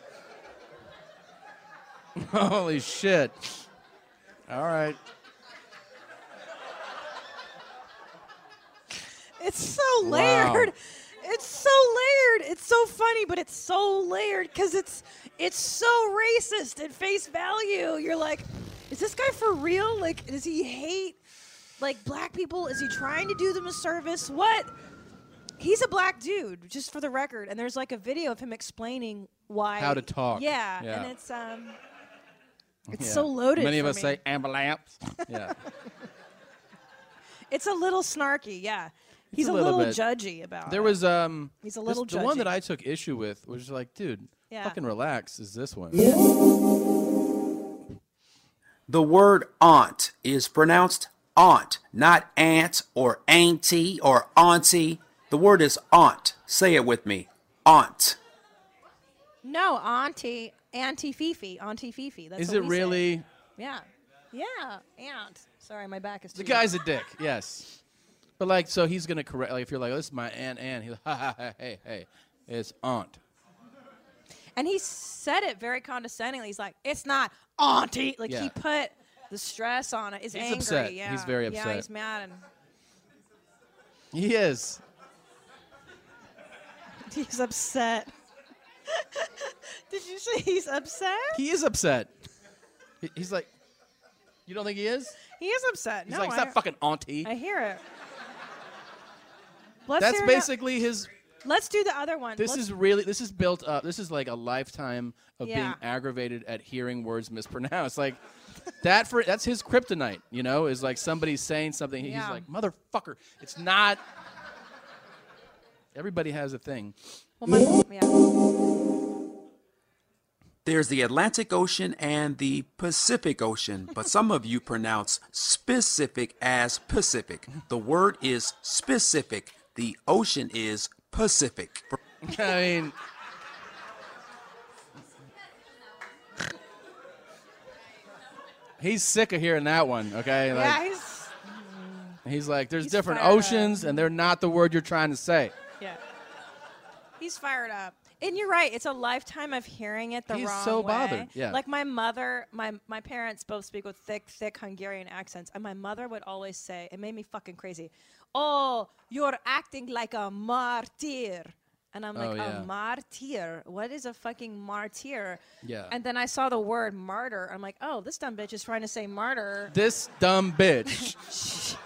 S1: Holy shit. All right.
S2: It's so
S1: Wow.
S2: layered. It's so layered. It's so funny, but it's so layered because it's it's so racist at face value. You're like, is this guy for real? Like, does he hate like black people? Is he trying to do them a service? What? He's a black dude, just for the record. And there's like a video of him explaining why
S1: How to talk.
S2: Yeah,
S1: Yeah.
S2: and it's um, it's
S1: Yeah.
S2: so loaded.
S1: Many of
S2: for
S1: us
S2: me.
S1: say ambulance. Yeah.
S2: it's a little snarky. Yeah, he's
S1: a
S2: a
S1: little
S2: little,
S1: bit.
S2: judgy about.
S1: There
S2: it.
S1: was um.
S2: He's a
S1: this-
S2: little
S1: The one that
S2: judgy.
S1: I took issue with was just like, dude,
S2: Yeah.
S1: fucking relax. Is this one?
S20: The word aunt is pronounced aunt, not aunt or auntie or auntie. The word is aunt. Say it with me. Aunt.
S2: No, Auntie, Auntie Fifi, Auntie Fifi. That's
S1: Is
S2: what
S1: it
S2: we say.
S1: really?
S2: Yeah, yeah, Aunt. Sorry, my back is.
S1: The
S2: to you.
S1: guy's a dick. Yes. But like, so he's gonna correct. Like, if you're like, this is my aunt Ann. He's like, ha ha ha, hey hey, it's aunt.
S2: And he said it very condescendingly. He's like, "It's not Auntie." Like
S1: Yeah.
S2: he put the stress on it. He's,
S1: He's
S2: angry.
S1: upset.
S2: Yeah.
S1: He's very
S2: Yeah,
S1: upset.
S2: he's mad and
S1: He is.
S2: he's upset. Did you say he's upset?
S1: He is upset. He- He's like, you don't think he is?
S2: He is upset.
S1: He's
S2: no,
S1: like, it's
S2: I,
S1: not fucking auntie.
S2: I hear it. Let's
S1: That's
S2: hear it out-
S1: basically his.
S2: Let's do the other one.
S1: This
S2: Let's-
S1: is really. This is built up. This is like a lifetime of being
S2: Yeah.
S1: aggravated at hearing words mispronounced. Like that for that's his kryptonite. You know, is like somebody's saying something. He's
S2: Yeah.
S1: like, motherfucker, it's not. Everybody has a thing.
S2: Well, my, yeah.
S20: There's the Atlantic Ocean and the Pacific Ocean, but some of you pronounce specific as Pacific. The word is specific. The ocean is Pacific.
S1: I mean, he's sick of hearing that one. Okay, like
S2: yeah, he's Mm,
S1: he's like, there's different
S2: fired up.
S1: oceans, and they're not the word you're trying to say.
S2: Yeah. He's fired up. And you're right, it's a lifetime of hearing it the
S1: He's
S2: wrong
S1: so
S2: way.
S1: bothered, yeah.
S2: Like my mother, my my parents both speak with thick, thick Hungarian accents, and my mother would always say, it made me fucking crazy. Oh, you're acting like a martyr. And I'm like,
S11: Oh, yeah.
S2: a martyr? What is a fucking martyr?
S1: Yeah.
S2: And then I saw the word martyr. I'm like, oh, this dumb bitch is trying to say martyr.
S1: This dumb bitch.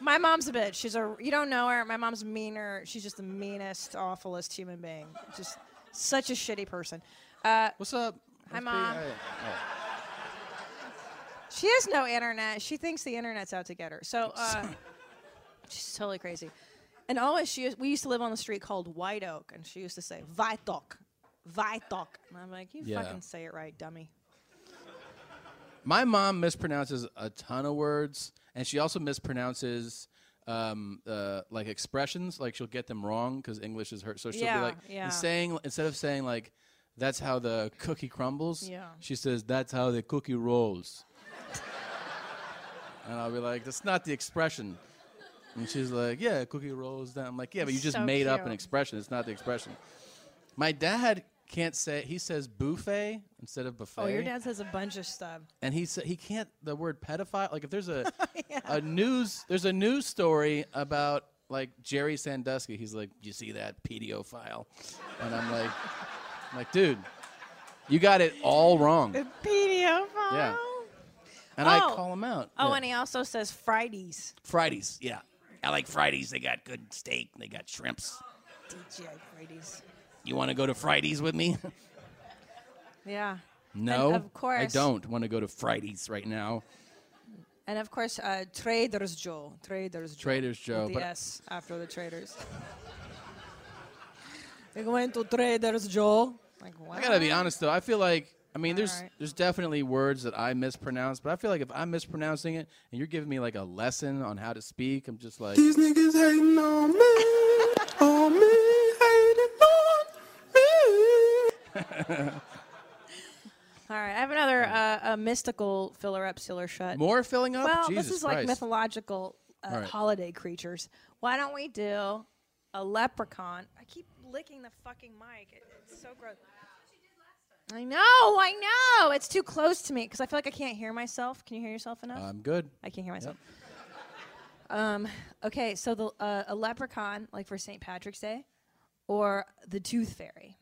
S2: My mom's a bitch. She's a you don't know her. My mom's meaner. She's just the meanest, awfulest human being. Just such a shitty person. Uh,
S1: What's up?
S2: Hi, mom. She has no internet. She thinks the internet's out to get her. So uh, she's totally crazy. And always she we used to live on the street called White Oak, and she used to say White Oak, White Oak, and I'm like, you
S1: Yeah.
S2: fucking say it right, dummy.
S1: My mom mispronounces a ton of words, and she also mispronounces um, uh, like expressions. Like she'll get them wrong because English is her. So she'll
S2: Yeah,
S1: be like,
S2: yeah.
S1: and saying instead of saying like, "That's how the cookie crumbles,"
S2: Yeah.
S1: she says, "That's how the cookie rolls." and I'll be like, "That's not the expression." And she's like, "Yeah, cookie rolls down." I'm like, "Yeah, but you
S2: It's
S1: just
S2: so
S1: made up an
S2: cute.
S1: expression. It's not the expression." My dad can't say. He says buffet instead of buffet.
S2: Oh, your dad says a bunch of stuff.
S1: And he said he can't the word pedophile. Like if there's a a news there's a news story about like Jerry Sandusky. He's like, you see that pedophile, and I'm like, I'm like dude, you got it all wrong.
S2: Pedophile.
S1: Yeah. And I
S2: Oh.
S1: call him out.
S2: Oh,
S1: Yeah.
S2: and he also says Fridays.
S1: Fridays. Yeah, I like Fridays. They got good steak. They got shrimps.
S2: DJ Fridays.
S1: You want to go to Fridays with me?
S2: Yeah. of
S1: no, I
S2: course-
S1: don't want to go to Fridays right now.
S2: And of course, uh, Traders Joe. Traders Joe.
S1: Trader's Joe,
S2: With
S1: but-
S2: the S after the traders. They went to Traders Joe. Like, wow.
S1: I gotta be honest though. I feel like I mean, there's
S2: Alright.
S1: there's definitely words that I mispronounce, but I feel like if I'm mispronouncing it and you're giving me like a lesson on how to speak, I'm just like,
S17: These niggas hating on me, on me, hating on me.
S2: All right, I have another uh, a mystical filler up, sealer shut.
S1: More filling up?
S2: Well,
S1: Jesus
S2: this is like
S1: Christ.
S2: mythological uh,
S1: All right.
S2: holiday creatures. Why don't we do a leprechaun? I keep licking the fucking mic. It- it's so gross.
S16: I
S2: know, I know. It's too close to me because I feel like I can't hear myself. Can you hear yourself enough?
S1: I'm good.
S2: I can't hear myself. Um, okay, so the uh, a leprechaun, like for St. Patrick's Day, or the tooth fairy.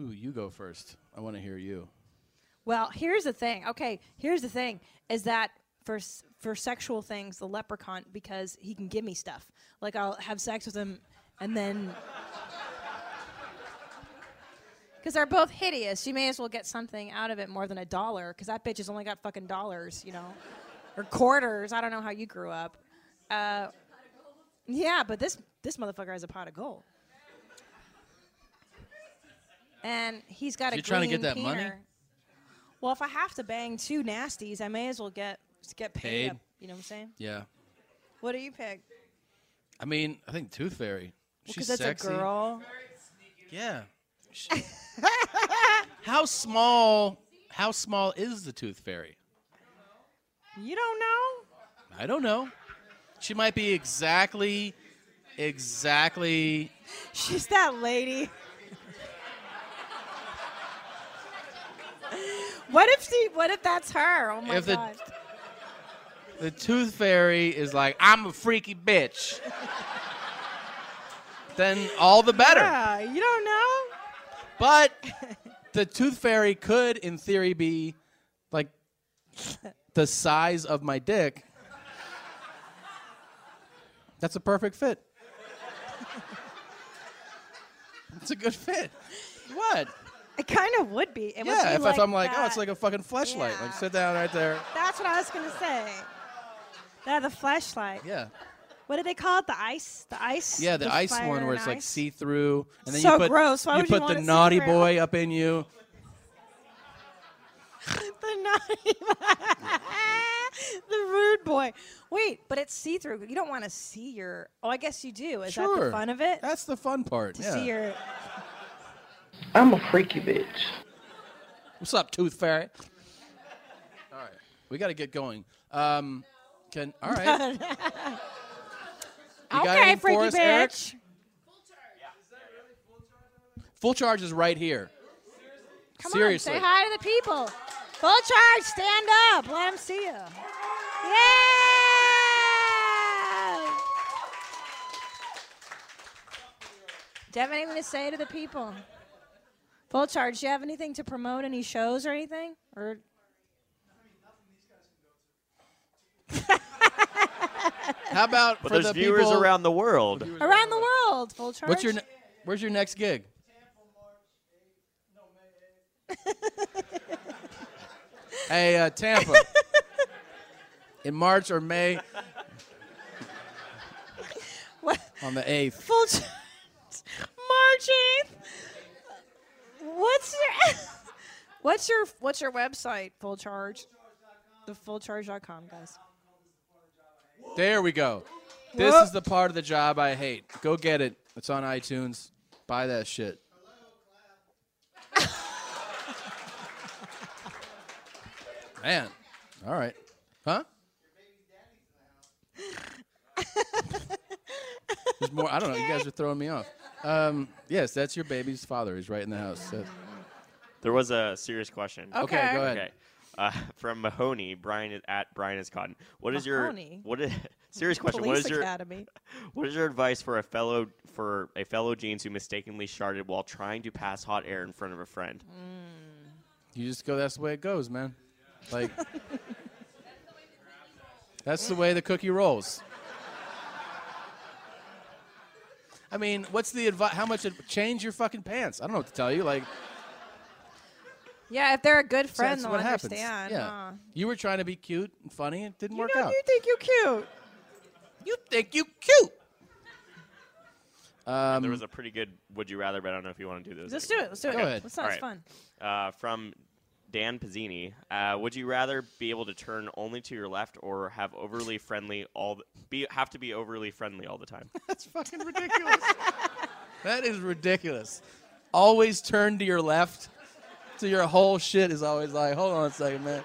S1: Ooh, you go first. I want to hear you.
S2: Well, here's the thing. Okay, here's the thing is that for s- for sexual things, the leprechaun because he can give me stuff. Like I'll have sex with him, and then because they're both hideous, you may as well get something out of it more than a dollar. Because that bitch has only got fucking dollars, you know, or quarters. I don't know how you grew up. Uh, yeah, but this this motherfucker has a pot of gold. And he's got a.
S1: You're trying to
S2: green
S1: get that
S2: wiener.
S1: money?
S2: Well, if I have to bang two nasties, I may as well get get paid.
S1: Paid.
S2: Up, you know what I'm saying?
S1: Yeah.
S2: What do you pick?
S1: I mean, I think Tooth Fairy. She's
S2: Because it's
S1: sexy.
S2: a girl.
S1: Yeah. She- how small? How small is the Tooth Fairy?
S2: You don't know.
S1: I don't know. She might be exactly, exactly.
S2: She's that lady. what if she? What if that's her? Oh my
S1: If the-
S2: god.
S1: The Tooth Fairy is like, I'm a freaky bitch. then all the better.
S2: Yeah, you don't know.
S1: But the Tooth Fairy could, in theory, be like the size of my dick. That's a perfect fit. It's a good fit. What?
S2: It kind of would be. It would
S1: yeah, if,
S2: be
S1: if I'm like, oh, it's
S2: that.
S1: like a fucking fleshlight. Like, sit down right there.
S2: That's what I was gonna say. Yeah, the flashlight.
S1: Yeah.
S2: What do they call it? The ice. The ice.
S1: Yeah, the, ice
S2: fire
S1: one where
S2: and
S1: it's like
S2: ice?
S1: see through, and then
S2: So
S1: you put
S2: gross. Why
S1: you
S2: would you
S1: put
S2: want
S1: the
S2: it
S1: naughty
S2: see-through?
S1: boy up in you.
S2: the naughty the rude boy. Wait, but it's see through. You don't want to see your. Oh, I guess you do. Is that
S1: Sure.
S2: the fun of it?
S1: That's the fun part.
S2: To
S1: yeah.
S2: see your.
S8: I'm a freaky bitch.
S1: What's up, Tooth Fairy? All right, we got to get going. Um, can all right? You got
S2: okay,
S1: anything for
S2: freaky
S1: us,
S2: bitch.
S1: Eric? Full charge is right here.
S2: Come
S1: Seriously.
S2: on, say hi to the people. Full charge, stand up. Let them see you. Yeah. Do you have anything to say to the people? Full charge. Do you have anything to promote? Any shows or anything? Or
S1: How about
S14: But
S1: for
S14: there's
S1: the
S14: viewers
S1: people-
S14: around the world.
S2: around the world? Full charge.
S1: What's your ne- Where's your next gig? Hey, uh, Tampa. In March or May. On the 8th.
S2: full charge? March eighth. What's your What's your What's your website? Full charge. The fullcharge.com guys.
S1: There we go. This
S2: Whoa.
S1: is the part of the job I hate. Go get it. It's on iTunes. Buy that shit. Man. All right. Huh? There's more. I don't know. You guys are throwing me off. Um, yes, that's your baby's father. He's right in the house. That-
S14: There was a serious question.
S1: Okay. Okay, go ahead.
S14: Okay. Uh, from Mahoney, Brian is- at Brian is Cotton. What is
S2: Mahoney?
S14: your what is serious question? What
S2: Police
S14: is your
S2: Academy.
S14: what is your advice for a fellow for a fellow jeans who mistakenly sharted while trying to pass hot air in front of a friend?
S1: You just go. That's the way it goes, man. Like that's the way the cookie rolls. I mean, what's the advice? How much? Ad- change your fucking pants. I don't know what to tell you. Like
S2: Yeah, if they're a good
S1: so
S2: friend,
S1: that's
S2: they'll
S1: what happens.
S2: understand.
S1: Yeah.
S2: huh?
S1: You were trying to be cute and funny. It didn't work
S2: don't-
S1: out.
S2: you think you're cute.
S1: You think you cute.
S14: there was a pretty good would you rather, but I don't know if you want to do this.
S2: Um, Let's do it. Let's do it.
S14: Okay.
S2: Go ahead. Let's not- it's
S14: All right. Uh, from Dan Pizzini, uh, would you rather be able to turn only to your left or have overly friendly all the, be have to be overly friendly all the time?
S1: That's fucking ridiculous. that is ridiculous. Always turn to your left. So your whole shit is always like, hold on a second, man.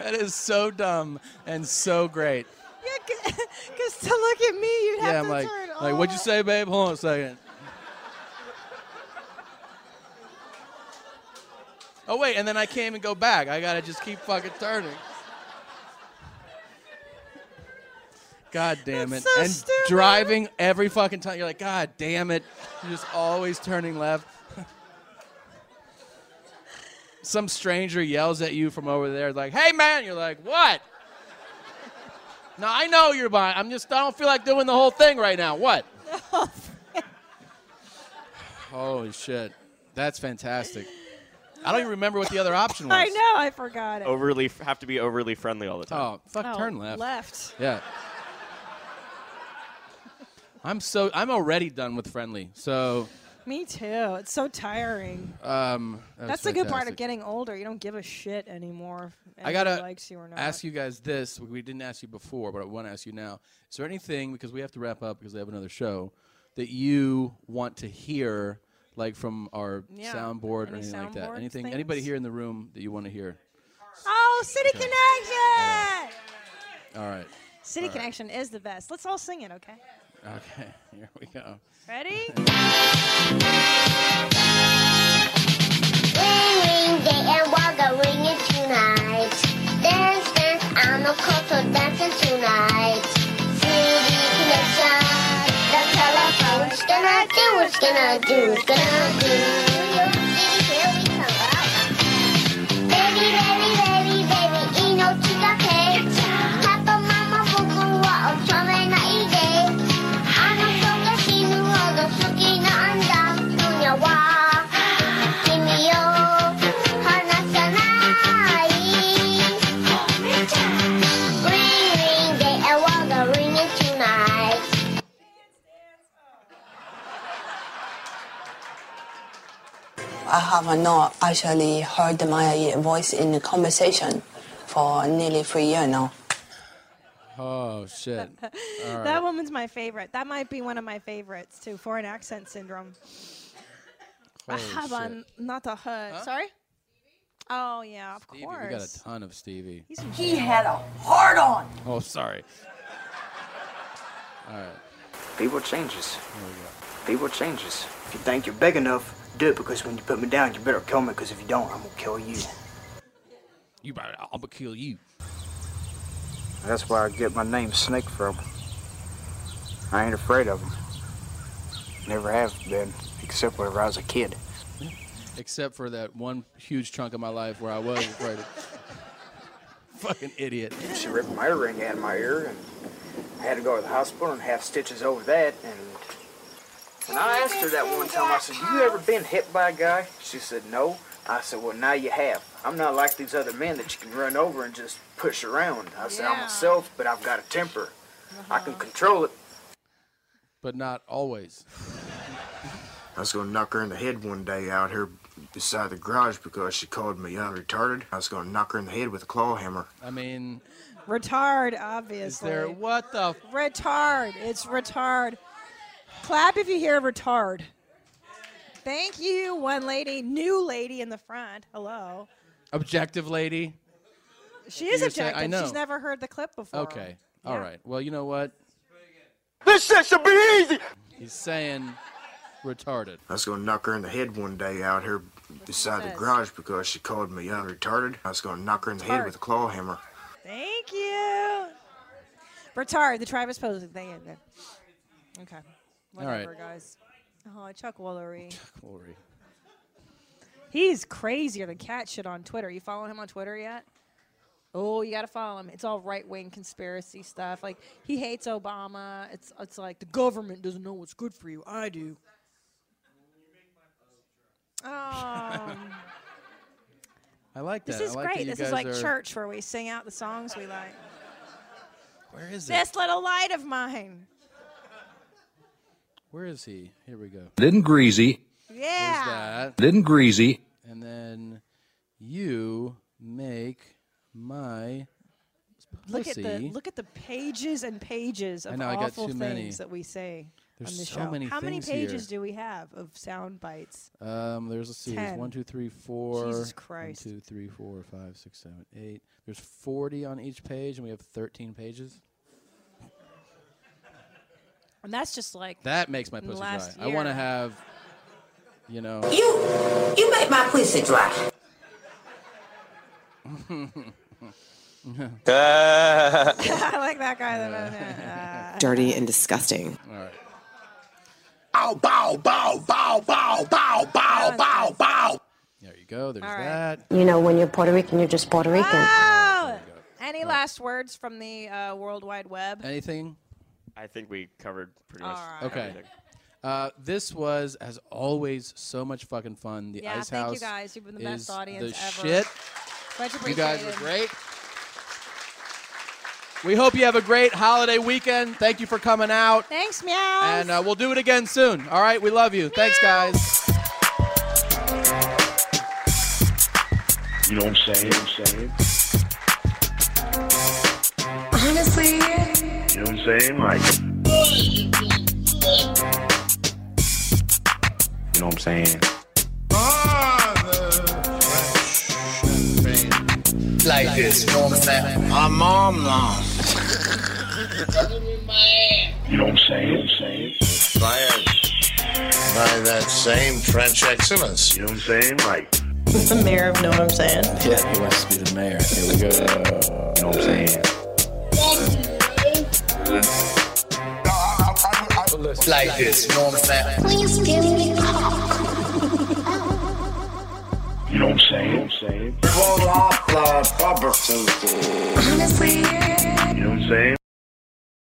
S1: That is so dumb and so great.
S2: Yeah, because to look at me, you'd have
S1: yeah,
S2: to
S1: I'm like,
S2: turn
S1: Like, what'd you say, babe? Hold on a second. Oh wait, and then I can't even go back. I gotta just keep fucking turning. God damn it!
S17: so
S1: and
S17: stupid.
S1: driving every fucking time, you're like, God damn it! You're just always turning left. Some stranger yells at you from over there, like, "Hey man!" You're like, "What?" No, I know you're buying. I'm just. I don't feel like doing the whole thing right now. What? Holy shit, that's fantastic. I don't even remember what the other option was.
S16: I know, I forgot it.
S14: Overly f- have to be overly friendly all the time.
S1: Oh, fuck,
S16: Oh,
S1: turn left.
S16: left.
S1: Yeah. I'm so I'm already done with friendly. So
S2: Me too. It's so tiring.
S1: um, that was
S2: That's the good part of
S1: fantastic.
S2: getting older. You don't give a shit anymore. If
S1: I gotta
S2: anybody likes you or not.
S1: ask you guys this. We didn't ask you before, but I want to ask you now. Is there anything because we have to wrap up because we have another show that you want to hear, like from our
S2: Yeah.
S1: soundboard or
S2: Any
S1: anything like that?
S2: soundboard
S1: Anything?
S2: things?
S1: Anybody here in the room that you want to hear?
S2: Oh, City
S1: Okay.
S2: Connection!
S1: All right.
S2: City
S1: All right.
S2: Connection is the best. Let's all sing it, okay?
S1: Okay. Here we go.
S2: Ready?
S21: Ringing day and Wagga ringing tonight. Dance, dance, I'm no culture dancing tonight. City connection, the telephone. What's gonna do? What's gonna do? What's gonna do? New York City, here we come. Baby, baby, baby, baby, ino chica cake. Papa, mama, buku wa ochome na ide. Ano soka shinu odo suki na anda. Dunya wa. 君を離さない「Ring ring the alarm bell ringing tonight」
S22: I have not actually heard my voice in the conversation for nearly three years now.
S1: Oh shit. All right.
S2: That woman's my favorite. That might be one of my favorites too. Foreign accent syndrome. I
S1: Holy
S2: have
S1: shit.
S2: on not a hood. Sorry. Oh yeah, of
S1: We got
S2: course.
S1: a ton of Stevie.
S2: He had a hard on.
S1: Oh, sorry. All right.
S18: People changes. People changes. If you think you're big enough, do it because when you put me down, you better kill me because if you don't, I'm gonna kill you.
S1: You better. I'm gonna kill you.
S18: That's where I get my name Snake from. I ain't afraid of him. Never have been, except whenever I was a kid.
S1: Except for that one huge chunk of my life where I was afraid of. Fucking idiot.
S18: She ripped my ring out of my ear, and I had to go to the hospital and have stitches over that. And when I asked her that one time, I said, "You ever been hit by a guy?" She said, "No." I said, "Well, now you have. I'm not like these other men that you can run over and just push around." I said, "I'm
S2: Yeah.
S18: myself, but I've got a temper. I can control it."
S1: But not always.
S18: I was gonna knock her in the head one day out here beside the garage because she called me uh, retarded. I was gonna knock her in the head with a claw hammer.
S1: I mean,
S2: Retard, obviously. Is
S1: there- what the?
S2: Retard. It's retard. Clap if you hear retard. Thank you, one lady, new lady in the front. Hello.
S1: objective lady.
S2: She is
S1: You're saying-
S2: objective.
S1: I know.
S2: She's never heard the clip before.
S1: Okay. All
S2: Yeah.
S1: right. Well, you know what?
S18: This shit should be easy.
S1: He's saying retarded.
S18: I was gonna knock her in the head one day out here beside the
S2: says.
S18: garage because she called me uh, retarded. I was gonna knock her in the head
S2: Tart.
S18: with a claw hammer.
S2: Thank you. Retard, the Travis Posey thing in there. Okay.
S1: All right.
S2: Whatever, guys. Oh, Chuck Woolery.
S1: Glory.
S2: He's crazier than cat shit on Twitter. You following him on Twitter yet? Oh, you gotta follow him. It's all right wing conspiracy stuff. Like he hates Obama. It's it's like the government doesn't know what's good for you. I do. Um,
S1: I like that.
S2: this
S1: I
S2: is
S1: like that
S2: great.
S1: you
S2: This is
S1: guys
S2: like
S1: are-
S2: church where we sing out the songs we like.
S1: Where is it?
S2: This little light of mine.
S1: Where is he? Here we go.
S23: Then greasy,
S2: Yeah.
S1: That.
S23: then greasy,
S1: And then you make my
S2: Look
S1: pussy.
S2: at the look at the pages and pages
S1: I
S2: of
S1: know, I got
S2: awful
S1: too
S2: things
S1: many.
S2: that we say
S1: There's
S2: on the
S1: so
S2: show.
S1: many
S2: How many
S1: things here.
S2: pages do we have of sound bites?
S1: Um, there's let's see, there's
S2: Ten.
S1: one, two, three, four.
S2: Jesus Christ.
S1: One, two, three, four, five, six, seven, eight. There's 40 on each page, and we have 13 pages.
S2: And that's just like
S1: That makes my pussy dry.
S2: last
S1: I want
S2: year.
S1: to have, you know.
S2: You- you make my pussy dry. I like that guy. That
S21: Dirty and disgusting.
S1: All right.
S8: Ow, bow, bow, bow, bow, bow, bow, bow, bow.
S1: There you go. There's that.
S21: You know, when you're Puerto Rican, you're just Puerto Rican.
S2: Oh, any last words from the uh, World Wide Web?
S1: Anything?
S14: I think we covered pretty
S2: All
S14: much.
S2: right.
S1: Okay.
S14: everything.
S1: Uh, this was, as always, so much fucking fun. The
S2: Yeah,
S1: Ice
S2: thank you
S1: House.
S2: guys. You've been the best
S1: is
S2: audience ever.
S1: the shit.
S2: Much
S1: You guys were
S2: appreciated.
S1: great. We hope you have a great holiday weekend. Thank you for coming out.
S2: Thanks, meow.
S1: And uh, we'll do it again soon. All right. We love you. Thanks, guys.
S12: You know what I'm saying? You know what
S21: Honestly,
S12: I'm saying? You know what I'm saying? Like, you know what I'm saying?
S8: Like this, you know what I'm saying? My mom now.
S12: You know what I'm saying? I'm saying?
S8: By, by that same French excellence. You know what I'm saying? Like,
S24: the mayor of Know What I'm Saying.
S1: Yeah, he wants to be the mayor. Here we go.
S12: You know what I'm saying?
S8: like this, you know what I'm saying?
S12: Please give me You know what I'm saying? You know what I'm saying?
S8: Honestly,
S12: You know what I'm saying?